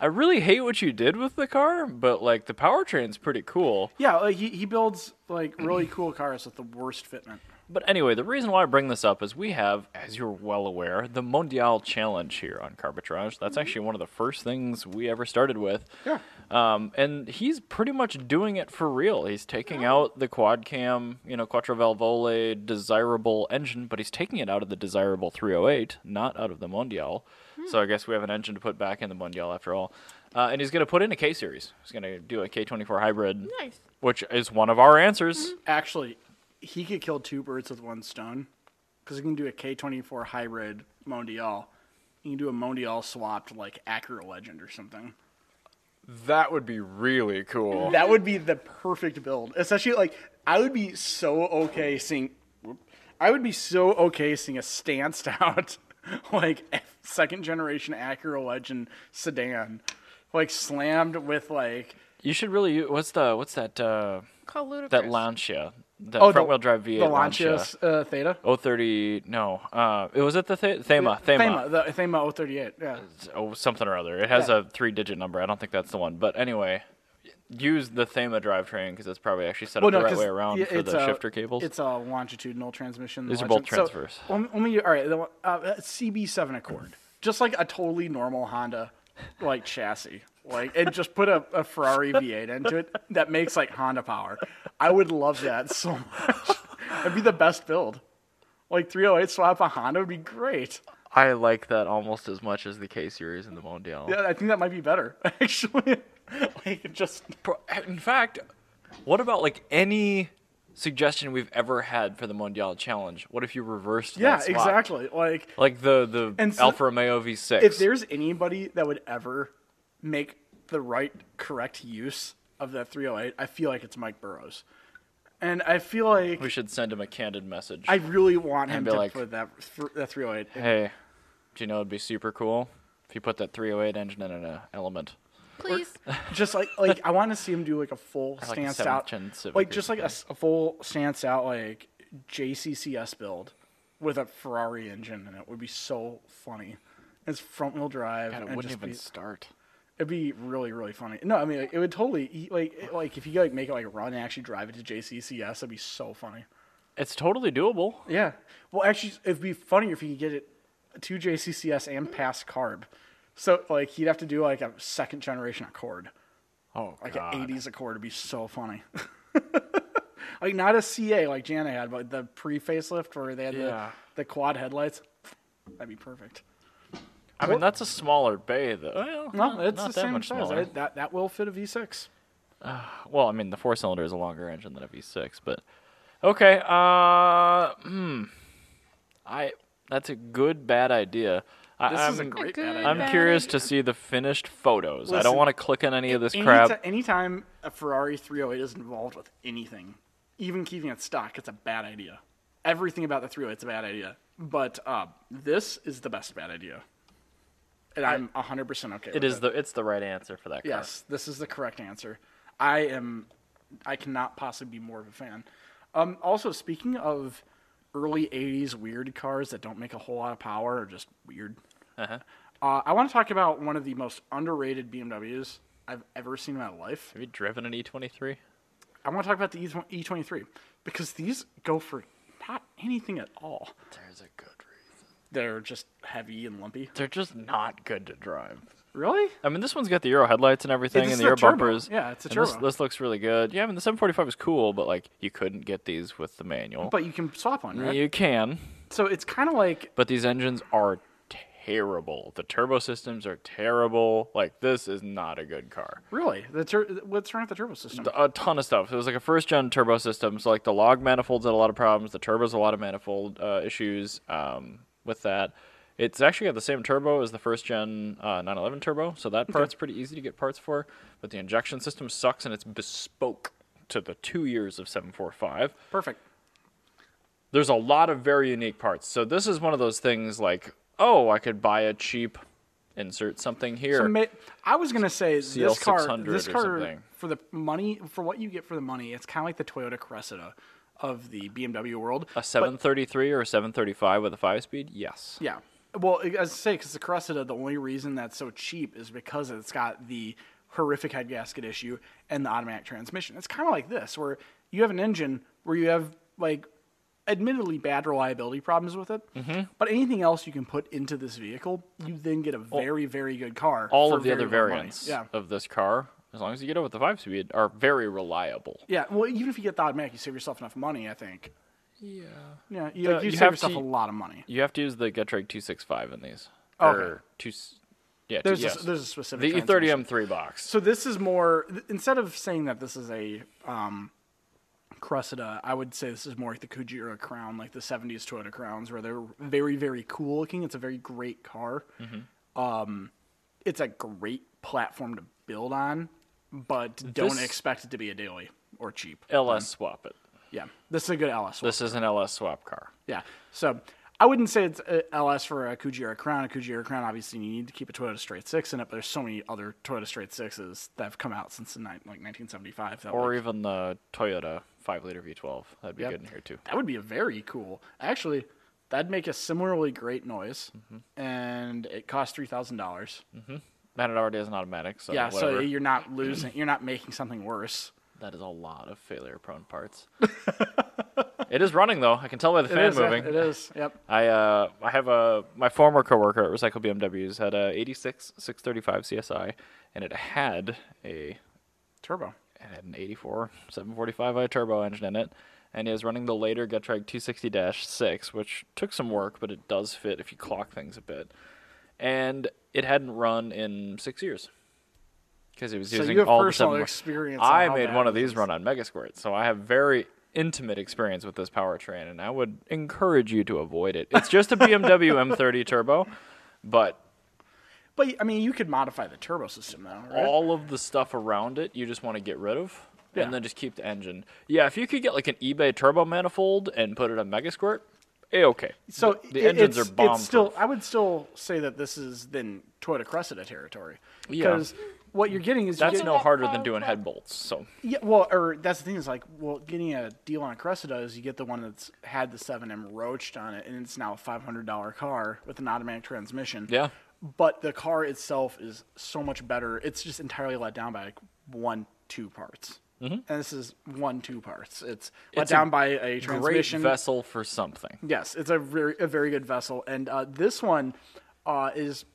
I really hate what you did with the car, but like the powertrain's pretty cool.
Yeah, like he, he builds like really cool cars with the worst fitment.
But anyway, the reason why I bring this up is we have, as you're well aware, the Mondial Challenge here on Carbitrage. That's
Mm-hmm.
actually one of the first things we ever started with.
Yeah.
Um, and he's pretty much doing it for real. He's taking out the quad cam, you know, quattro valvole desirable engine, but he's taking it out of the desirable 308, not out of the Mondial. So I guess we have an engine to put back in the Mondial after all. Uh, and he's going to put in a K series. He's going to do a K24 hybrid,
Nice.
which is one of our answers.
Mm-hmm. Actually, he could kill two birds with one stone because he can do a K twenty four hybrid Mondial. You can do a Mondial swapped like Acura Legend or something.
That would be really cool.
That would be the perfect build. Especially like I would be so okay seeing I would be so okay seeing a stanced out like second generation Acura Legend sedan like slammed with like
You should really. u- What's the what's that uh,
Call ludicrous.
that Lancia? That
Oh, the-
front wheel drive V8
the Lancia uh, Theta.
O Oh thirty no, uh, it was at the Th- Thema, Thema,
the Thema 038. Yeah.
Oh, something or other. It has
Yeah.
a three-digit number. I don't think that's the one, but anyway, use the Thema drivetrain because it's probably actually set up the right
'cause
way around
yeah,
for
it's
the
a-
shifter cables.
It's a longitudinal transmission. the
These are both
Legend. So,
transverse.
let me- let me- all right, the, one- uh, CB7 Accord, just like a totally normal Honda, like chassis, like and just put a, a Ferrari V8 into it that makes like Honda power. I would love that so much. That'd be the best build. Like 308 swap a Honda would be great.
I like that almost as much as the K series in the Mondial.
Yeah, I think that might be better actually. like just
Pro- In fact, what about like any suggestion we've ever had for the Mondial Challenge? What if you reversed?
yeah,
that swap?
exactly. Like
Like the the
And so-
Alfa Romeo V6.
if there's anybody that would ever make the right correct use of that 308 i feel like it's mike burrows and i feel like
we should send him a candid message.
i really want him
be
to
like-
put that, th- that 308 in.
hey, do you know it'd be super cool if you put that 308 engine in an uh, element?
Please.
just like like i want to see him do like a full
like a
stance
seventh
out
gen Civic
like
or
just like a, s- a full stance out like jccs build with a ferrari engine in it would be so funny it's front wheel drive and just be-
start.
It'd be really, really funny. No, I mean, like, it would totally he- like it- like if you could, like make it like run and actually drive it to JCCS, that'd be so funny.
It's totally doable.
Yeah. Well, actually, it'd be funnier if you could get it to JCCS and past carb. So like he'd have to do like a second generation Accord,
Oh,
like an '80s Accord. It'd be so funny. like not a CA like Jana had, but the pre facelift where they had
Yeah.
the, the quad headlights. That'd be perfect.
I mean, that's a smaller bay, though. Well,
No,
not-
it's
not
the
that
same
much
size.
smaller.
I- that that will fit a V6.
Well, I mean, the four cylinder is a longer engine than a V6, but okay. Uh, hmm. I that's a good bad idea. I,
This
I'm,
is a great
good
bad idea.
I'm
bad
curious
idea.
to see the finished photos. I don't
Listen,
want to click on any of this
Any
crap.
ti- anytime a Ferrari 308 is involved with anything, even keeping it stock, it's a bad idea. Everything about the 308 is a bad idea. But uh, this is the best bad idea. And I'm 100% okay
it
with
is
it.
the it's the right answer for that car.
Yes, this is the correct answer. I am. I cannot possibly be more of a fan. Um, also, speaking of early '80s weird cars that don't make a whole lot of power or just weird, uh
Uh-huh.
I want to talk about one of the most underrated BMWs I've ever seen in my life.
Have you driven an E E23?
I want to talk about the E- E23 because these go for not anything at all.
There's a good reason.
They're just heavy and lumpy.
They're just not good to drive.
Really?
I mean, this one's got the Euro headlights and everything, and
this is
the
a
Euro
turbo.
bumpers.
Yeah, it's a
And this,
turbo.
this looks really good. Yeah, I mean, the 745 is cool, but like you couldn't get these with the manual.
But you can swap one, right?
you can,
So it's kind of like
but these engines are terrible. The turbo systems are terrible. Like this is not a good car.
really the tur- what's wrong with the turbo system?
a ton of stuff. So it was like a first gen turbo system. So like the log manifolds had a lot of problems. The turbos a lot of manifold uh, issues um, with that. It's actually got the same turbo as the first gen uh, 911 turbo, so that part's pretty easy to get parts for. But the injection system sucks, and it's bespoke to the two years of 745
Perfect.
there's a lot of very unique parts. So this is one of those things like, oh, I could buy a cheap, insert something here.
So ma- I was gonna say this car,
600
this
or
car
something.
for the money, for what you get for the money, it's kind of like the Toyota Cressida of the BMW world.
a 733 or a 735 with a five speed? Yes.
Yeah. Well, I- as I say, because the Cressida, the only reason that's so cheap is because it's got the horrific head gasket issue and the automatic transmission. It's kind of like this, where you have an engine where you have like admittedly bad reliability problems with it,
Mm-hmm.
but anything else you can put into this vehicle, you then get a very, very good car.
All
for
of the
very
other
low money.
variants
Yeah.
of this car, as long as you get it with the five speed, are very reliable.
Yeah, well, even if you get the automatic, you save yourself enough money, I think.
Yeah.
Yeah, you,
Uh,
you
you
save
have
yourself
to-
a lot of money.
You have to use the Getrag 265 in these.
Oh, Okay.
Or two, s- yeah,
There's
two,
a,
yes.
there's a specific
the E
transmission.
E30 M3 box.
So this is more th- instead of saying that this is a um, Cressida, I would say this is more like the Kujira Crown, like the '70s Toyota Crowns, where they're very, very cool looking. It's a very great car. Um, it's a great platform to build on, but don't
This-
expect it to be a daily or cheap.
LS swap it.
Yeah, this is a good LS.
This is an LS swap car.
Yeah. So I wouldn't say it's a LS for a Kujira Crown. A Kujira Crown, obviously, you need to keep a Toyota Straight Six in it, but there's so many other Toyota Straight Sixes that have come out since the ni- like 1975. That,
Or
like,
even the Toyota 5 liter V12. That'd be good in here too.
that would be a very cool. Actually, that'd make a similarly great noise,
Mm-hmm.
and it costs three thousand dollars.
And it already has an automatic, so
Yeah,
whatever.
so you're not losing. You're not making something worse.
that is a lot of failure-prone parts. it is running though. I can tell by the fan
it is, yeah,
moving.
It is. Yep.
I uh, I have a my former coworker at Recycle BMWs had a 86 635 CSI, and it had a
Turbo.
it had an 84 745i turbo engine in it, and it was running the later Getrag 260-6, which took some work, but it does fit if you clock things a bit. And it hadn't run in six years because it was
So
using
you have
all
personal
the seven-
experience on
I
how
made
bad
one of
this
these
is.
run on Megasquirt, so I have very intimate experience with this powertrain, and I would encourage you to avoid it. It's just a BMW M30 turbo, but
But I mean, you could modify the turbo system though, right?
all of the stuff around it you just want to get rid of
Yeah.
and then just keep the engine. Yeah, if you could get like an eBay turbo manifold and put it on Mega Squirt, eh, okay.
So
the, the
it-
engines
it's-
are bomb.
It's still, I would still say that this is then Toyota Cressida territory
Yeah.
because what you're getting is you
That's
get-
no harder than doing head bolts. So
yeah, well, or that's the thing is like, well, getting a deal on a Cressida is you get the one that's had the 7M roached on it, and it's now a $500 car with an automatic transmission.
Yeah.
but the car itself is so much better. It's just entirely let down by like one, two parts. And this is one, two parts. It's, let
Mm-hmm. It's a
down by a
great
transmission.
vessel for something.
Yes, it's a very a very good vessel, and uh, this one uh, is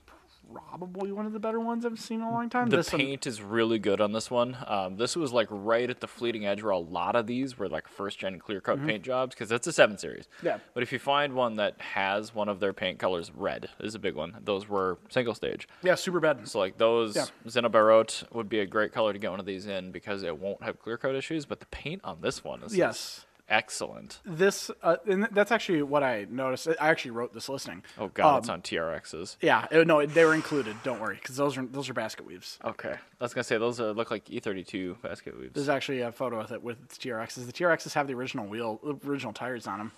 probably one of the better ones I've seen in a long time.
The
this one-
paint is really good on this one. Um, this was like right at the fleeting edge where a lot of these were like first gen clear coat paint jobs because that's a seven series.
Mm-hmm. Yeah.
But if you find one that has one of their paint colors red, this is a big one. Those were single stage.
yeah, super bad.
So like those
Yeah.
Xenobarote would be a great color to get one of these in because it won't have clear coat issues, but the paint on this one is
Yes.
excellent.
This uh, and that's actually what I noticed. I actually wrote this listing. Um,
Oh god, it's on TRXs.
Yeah, it- no, they were included. Don't worry, because those are those are basket weaves.
Okay. I was gonna say those uh, look like E thirty two basket weaves.
There's actually a photo with it with its TRXs. The TRXs have the original wheel, original tires on them.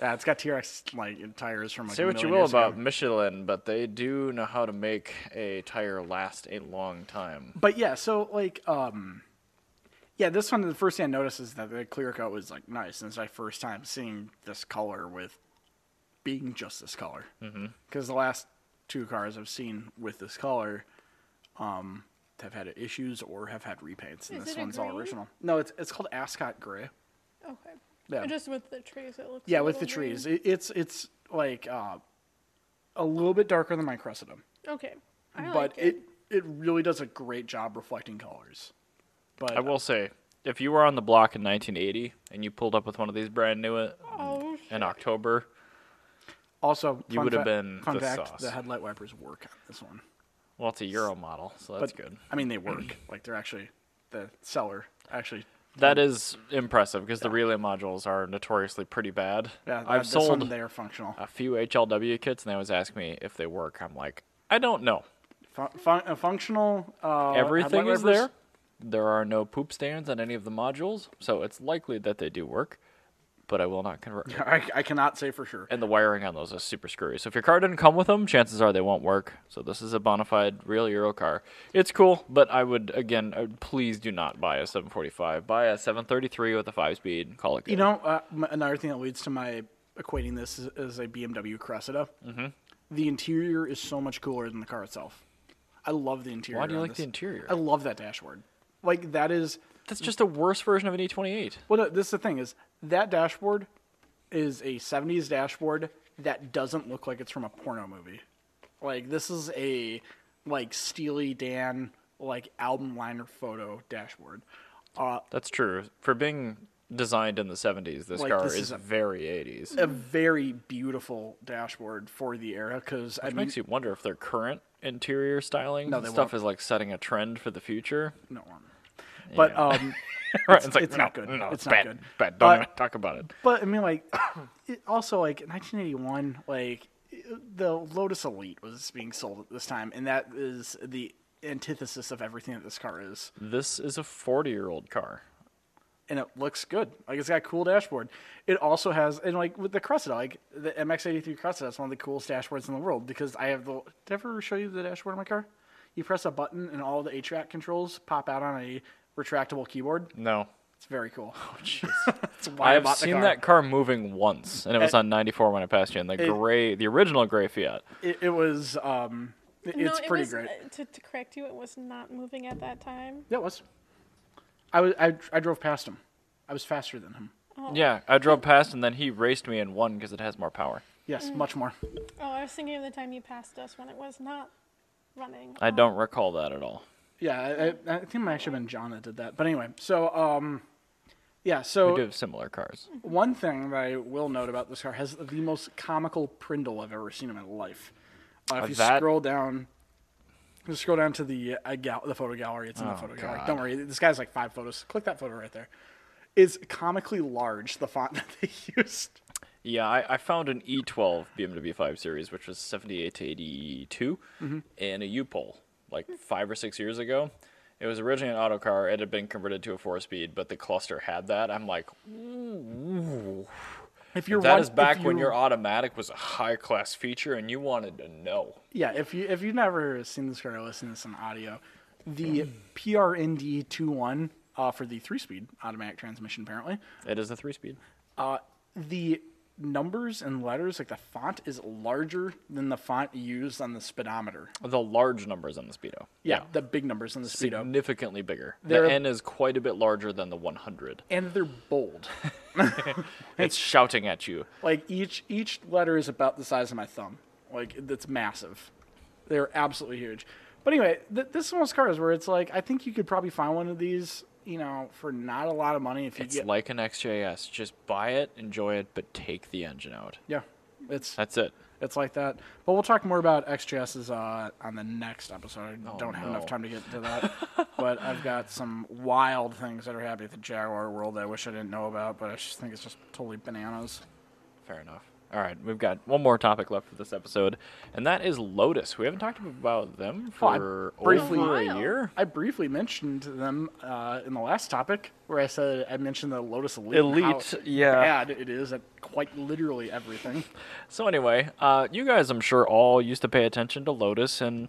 Yeah, it's got TRX like tires from like.
Say
a
what you
million
will
years ago.
about Michelin, but they do know how to make a tire last a long time.
But yeah, so like, um, yeah, this one the first thing I noticed is that the clear coat was like nice, and it's my first time seeing this color with being just this color. Because
Mm-hmm.
the last two cars I've seen with this color, um, have had issues or have had repaints, and
Is
this
it a
one's all
green?
original. No, it's it's called Ascot Gray.
Okay.
Yeah.
Just with the trees, it looks.
Yeah,
a
with the
little green.
trees, it, it's it's like uh, a little bit darker than my Cressida.
Okay. I like
but
it.
it. it really does a great job reflecting colors. But
I will say, if you were on the block in 1980 and you pulled up with one of these brand new uh,
Oh,
in October,
also,
You
fun
would have
fa-
been
fun
the
fact:
sauce.
the headlight wipers work on this one.
well, it's a Euro model, so that's
but
good.
I mean, they work. like they're actually the seller actually.
That is impressive because the relay modules are notoriously pretty bad.
Yeah,
I've
this
sold Uh,
one, they are functional.
a few HLW kits, and they always ask me if they work. I'm like, I don't know.
Fun, fun, uh, functional. Uh,
Everything
headlight
is
wipers.
there. There are no poop stands on any of the modules, so it's likely that they do work, but I will not convert.
I, I cannot say for sure.
And the wiring on those is super screwy. So if your car didn't come with them, chances are they won't work. So this is a bona fide real Euro car. It's cool, but I would again, I would- please do not buy a 745. Buy a 733 with a five-speed. Call it good.
You know, uh, m- another thing that leads to my equating this is, is a BMW Cressida. Mm-hmm. The interior is so much cooler than the car itself. I love the interior.
why do you
on
like the
this.
interior?
I love that dashboard. Like that is
That's just a worse version of an E E28.
well. No, this is the thing is that dashboard is a '70s dashboard that doesn't look like it's from a porno movie. Like this is a like Steely Dan like album liner photo dashboard. Uh,
That's true. For being designed in the 70s, this
Like,
car
this
is,
is a-
very 80s.
a very beautiful dashboard for the era because
It
I mean,
makes you wonder if their current interior styling
they
stuff
won't.
is like setting a trend for the future.
no one. But um,
Right,
it's, it's not good.
No,
it's
bad,
not good. Uh,
Bad. Don't
But,
even talk about it.
but I mean, like, it also like 1981, like the Lotus Elite was being sold at this time, and that is the antithesis of everything that this car is.
This is a 40-year-old car.
And it looks good. Like it's got a cool dashboard. It also has, and like with the Cressida, like the MX-83 Cressida is one of the coolest dashboards in the world because I have the. Did I ever show you the dashboard of my car? You press a button and all the HVAC controls pop out on a retractable keyboard.
No.
It's very cool. That's why I
Oh, I've
bought the
seen
car.
that car moving once, and it was
Uh,
on 94 when I passed you in the
it-
gray, the original gray Fiat.
It, it was. Um, it-
no,
it's
it
pretty
was,
great.
uh, To, to correct you, it was not moving at that time.
Yeah, it was. I was. I, I drove past him. I was faster than him.
Yeah, I drove past, and then he raced me and won because it has more power.
Yes, much more.
Oh, I was thinking of the time you passed us when it was not running.
I don't recall that at all.
Yeah, I, I- I think it might actually have been John that did that. But anyway, so um, yeah.
We do
So
have similar cars.
one thing that I will note about this car has the most comical prindle I've ever seen in my life. Uh, if
Uh,
you
that-
scroll down, just scroll down to the uh, gal- the photo gallery. It's in the
Oh,
photo gallery.
God.
Don't worry, this guy's like five photos. Click that photo right there. It's comically large. The font that they used.
Yeah, I, I found an E E12 BMW 5 Series, which was 78 to 82,
Mm-hmm.
in a U pole like five or six years ago. It was originally an auto car. It had been converted to a four speed, but the cluster had that. I'm like,
If you're
that
one-
is back
if
when
you're
your automatic was a high class feature and you wanted to know.
Yeah, if you if you've never seen this car or listened to this on audio, the PRND 21 uh, for the three speed automatic transmission apparently,
It is a three speed.
uh, the numbers and letters like the font is larger than the font used on the speedometer.
The large numbers on the Speedo.
Yeah, the big numbers on the speedo,
Significantly bigger.
They're-
the N is quite a bit larger than the 100.
and they're bold.
It's shouting at you.
like each each letter is about the size of my thumb. Like that's massive. They're absolutely huge. But anyway, th- this is one of those cars where it's like I think you could probably find one of these, you know, for not a lot of money if you
It's
get
like an XJS. Just buy it, enjoy it, but take the engine out.
Yeah, it's
That's it.
it's like that. But we'll talk more about XJS's uh, on the next episode. I don't have
Oh, no.
enough time to get to that. but I've got some wild things that are happening at the Jaguar world that I wish I didn't know about, but I just think it's just totally bananas.
Fair enough. All right, we've got one more topic left for this episode, and that is Lotus. We haven't talked about them
Oh, I
for
briefly-
over
Wow.
a year.
I briefly mentioned them uh, in the last topic where I said I mentioned the Lotus Elite. and how
Elite, yeah.
Bad it is at quite literally everything.
So anyway, uh, you guys, I'm sure, all used to pay attention to Lotus and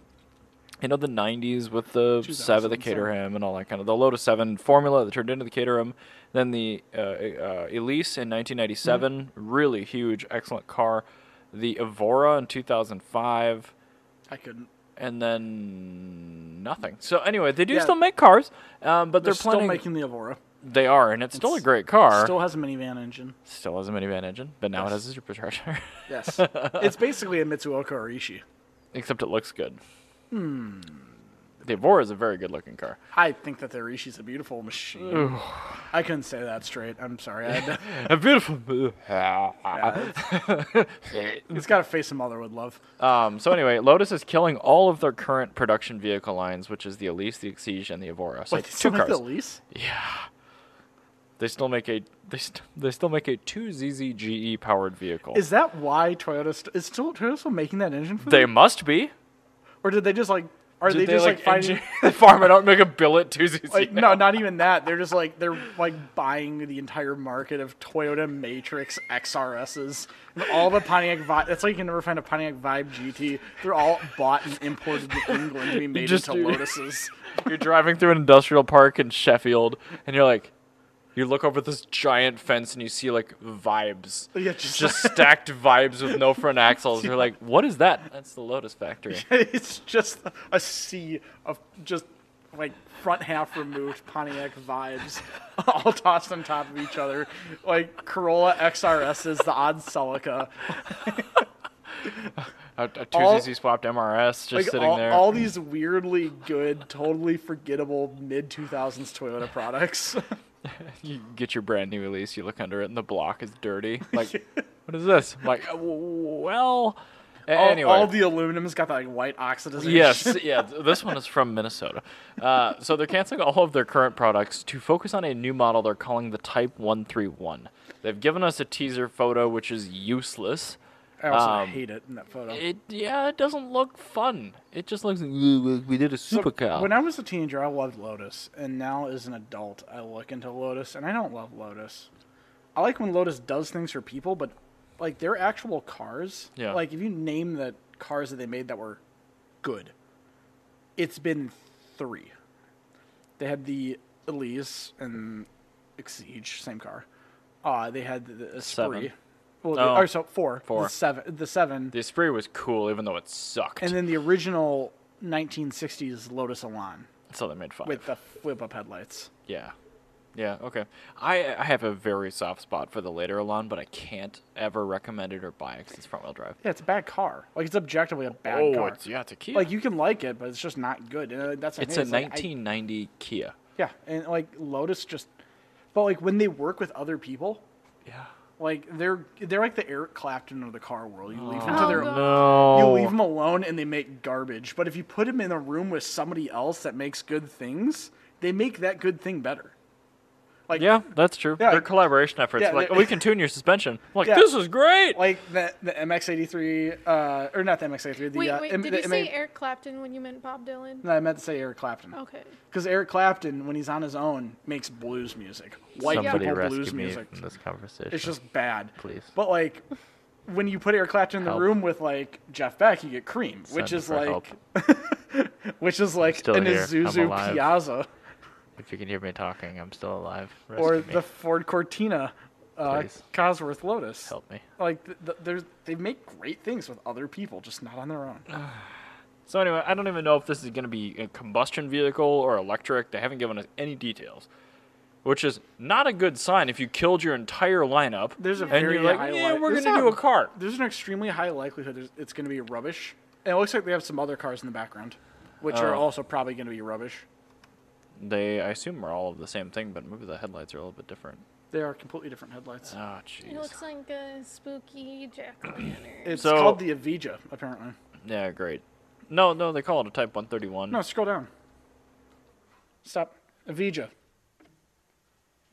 you know the '90s with the Seven, the
2007.
Caterham, and all that kind of the Lotus Seven formula that turned into the Caterham, then the uh, uh, Elise in 1997,
Mm-hmm.
really huge, excellent car, the Evora in 2005.
I couldn't.
and then nothing. So anyway, they do
Yeah.
still make cars, um, but
They're,
they're,
still
planning.
making the Evora.
they are, and it's, still a
It's-
great car.
Still has a minivan engine.
Still has a minivan engine, but now it
Yes.
has a supercharger.
Yes, it's basically a Mitsuoka Arishi.
Except it looks good. Hmm. The Evora is a very good-looking car.
I think that the Rishi's a beautiful machine. I couldn't say that straight. I'm sorry. I had to-
A beautiful.
it's got a face a mother would love.
Um, so anyway, Lotus is killing all of their current production vehicle lines, which is the Elise, the Exige, and the Evora. So
Wait,
two
like
cars.
the lease?
They still make a they, st- they still make a two ZZGE E powered vehicle.
Is that why Toyota st- is still Toyota still making that engine for
they
them?
must be.
Or did they just like? Are
Did
they, just like, finding?
engineer- they farm it out, and make a billet two ZZ?
Like, no, not even that. They're just like they're like buying the entire market of Toyota Matrix XRSs, and all the Pontiac Vibe. That's why you can never find a Pontiac Vibe GT. They're all bought and imported to England to be made
just
into
do-
Lotuses.
You're driving through an industrial park in Sheffield, and you're like, you look over this giant fence, and you see like vibes,
Yeah, just-
just stacked vibes with no front axles. You're like, what is that? That's the Lotus factory.
it's just a sea of just like front half removed Pontiac vibes, all tossed on top of each other, like Corolla XRSs, the odd Celica,
A, a two
All-
ZZ swapped MRS just
like
sitting
all,
there.
all these weirdly good, totally forgettable mid two thousands Toyota products.
you get your brand new Elise, you look under it, and the block is dirty. Like, what is this? I'm like, "Uh, w- well, a-
All-
anyway.
all, the aluminum's got that like white oxidization.
yes, yeah. th- This one is from Minnesota. Uh, so they're canceling all of their current products to focus on a new model they're calling the Type 131. They've given us a teaser photo, which is useless.
I also
Um,
hate it in that photo.
It yeah, it doesn't look fun. It just looks like "Ooh, we did a
So,
supercar.
When I was a teenager, I loved Lotus, and now as an adult, I look into Lotus, and I don't love Lotus. I like when Lotus does things for people, but like their actual cars,
Yeah.
like if you name the cars that they made that were good, it's been three. They had the Elise and Exige, same car. Uh, they had the- the Esprit.
Seven.
Well,
Oh.
the, or so four,
Four.
the seven, the seven,
the Esprit was cool, even though it sucked.
and then the original 1960s Lotus Elan
so they made fun.
with the flip up headlights.
Yeah. Yeah, okay. I I have a very soft spot for the later Elan, but I can't ever recommend it or buy it 'cause it's front wheel drive.
Yeah, it's a bad car. Like it's objectively a bad
oh,
car.
it's yeah, it's a Kia.
Like you can like it, but it's just not good. Uh, that's the
it's
thing,
a
like, I-
1990 Kia.
yeah, and like Lotus just, but like when they work with other people,
Yeah.
like they're they're like the Eric Clapton of the car world. You leave them to
Oh,
their
God.
No.
you leave them alone and they make garbage. But if you put them in a room with somebody else that makes good things, they make that good thing better. Like
Yeah, that's true.
Yeah,
Their
like-
collaboration efforts,
yeah,
like
they-
oh, we can tune your suspension. I'm like
Yeah.
this is great.
like the the MX83 uh, or not the MX83 the
Wait,
uh,
wait.
M-
Did
the
you
MA
say Eric Clapton when you meant Bob Dylan?
No, I meant to say Eric Clapton.
Okay.
Because Eric Clapton, when he's on his own, makes blues music. White
Somebody
people blues music.
this conversation.
It's just bad.
Please.
But like, when you put Eric Clapton in the
Help.
room with like Jeff Beck, you get cream, which is,
for
like,
help.
which is like,
still
an
here. I'm
Isuzu
alive.
Piazza
If you can hear me talking, I'm still alive.
or the Ford Cortina, uh,
Please.
Cosworth Lotus.
me.
Like, th- th- there's they make great things with other people, just not on their own.
So anyway, I don't even know if this is going to be a combustion vehicle or electric. They haven't given us any details, which is not a good sign if you killed your entire lineup.
There's a
and
very
you're like,
high
yeah,
li-
we're
It's
going to do
not-
a car.
There's an extremely high likelihood there's, it's going to be rubbish. And it looks like they have some other cars in the background, which are
Oh.
also probably going to be rubbish.
They, I assume, are all of the same thing, but maybe the headlights are a little bit different.
They are completely different headlights.
Oh,
It
jeez.
looks like a spooky jack o' lantern.
it's
so-
called the Avija, apparently.
Yeah, great. No, no, they call it a Type 131.
No, scroll down. Stop. Avija.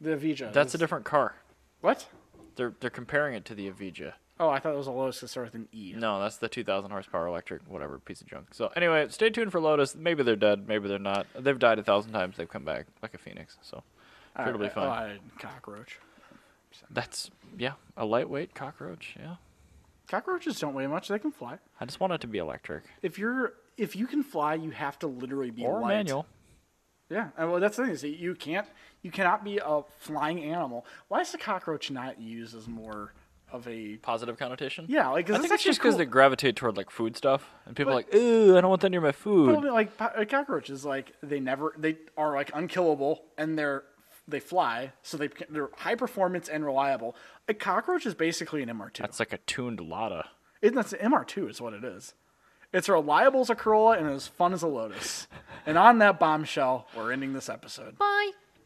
The Avija.
That's a
is-
different car.
What?
They're they're comparing it to the Avija.
Oh, I thought it was a Lotus that started with an E.
No, that's the 2,000 horsepower electric, whatever piece of junk. So anyway, stay tuned for Lotus. Maybe they're dead. Maybe they're not. They've died a thousand times. They've come back like a phoenix. So sure it'll be
Uh,
fine.
uh, cockroach.
That's yeah, a lightweight cockroach. Yeah,
Cockroaches don't weigh much. They can fly.
I just want it to be electric
If you're if you can fly, you have to literally be
or
light.
manual.
Yeah, and well, that's the thing is that you can't, you cannot be a flying animal. Why is the cockroach not used as more of a?
Positive connotation.
Yeah, like
I
'cause it's
think it's
actually
just because
cool.
they gravitate toward like food stuff, and people are like,
But-
ooh, I don't want that near my food.
Well, Like po- uh, cockroaches, like they never, they are like unkillable, and they're they fly, so they can- they're high performance and reliable. A cockroach is basically an MR two.
That's like a tuned Lada.
It's an MR two is what it is. It's reliable as a Corolla and as fun as a Lotus. And on that bombshell, we're ending this episode.
Bye.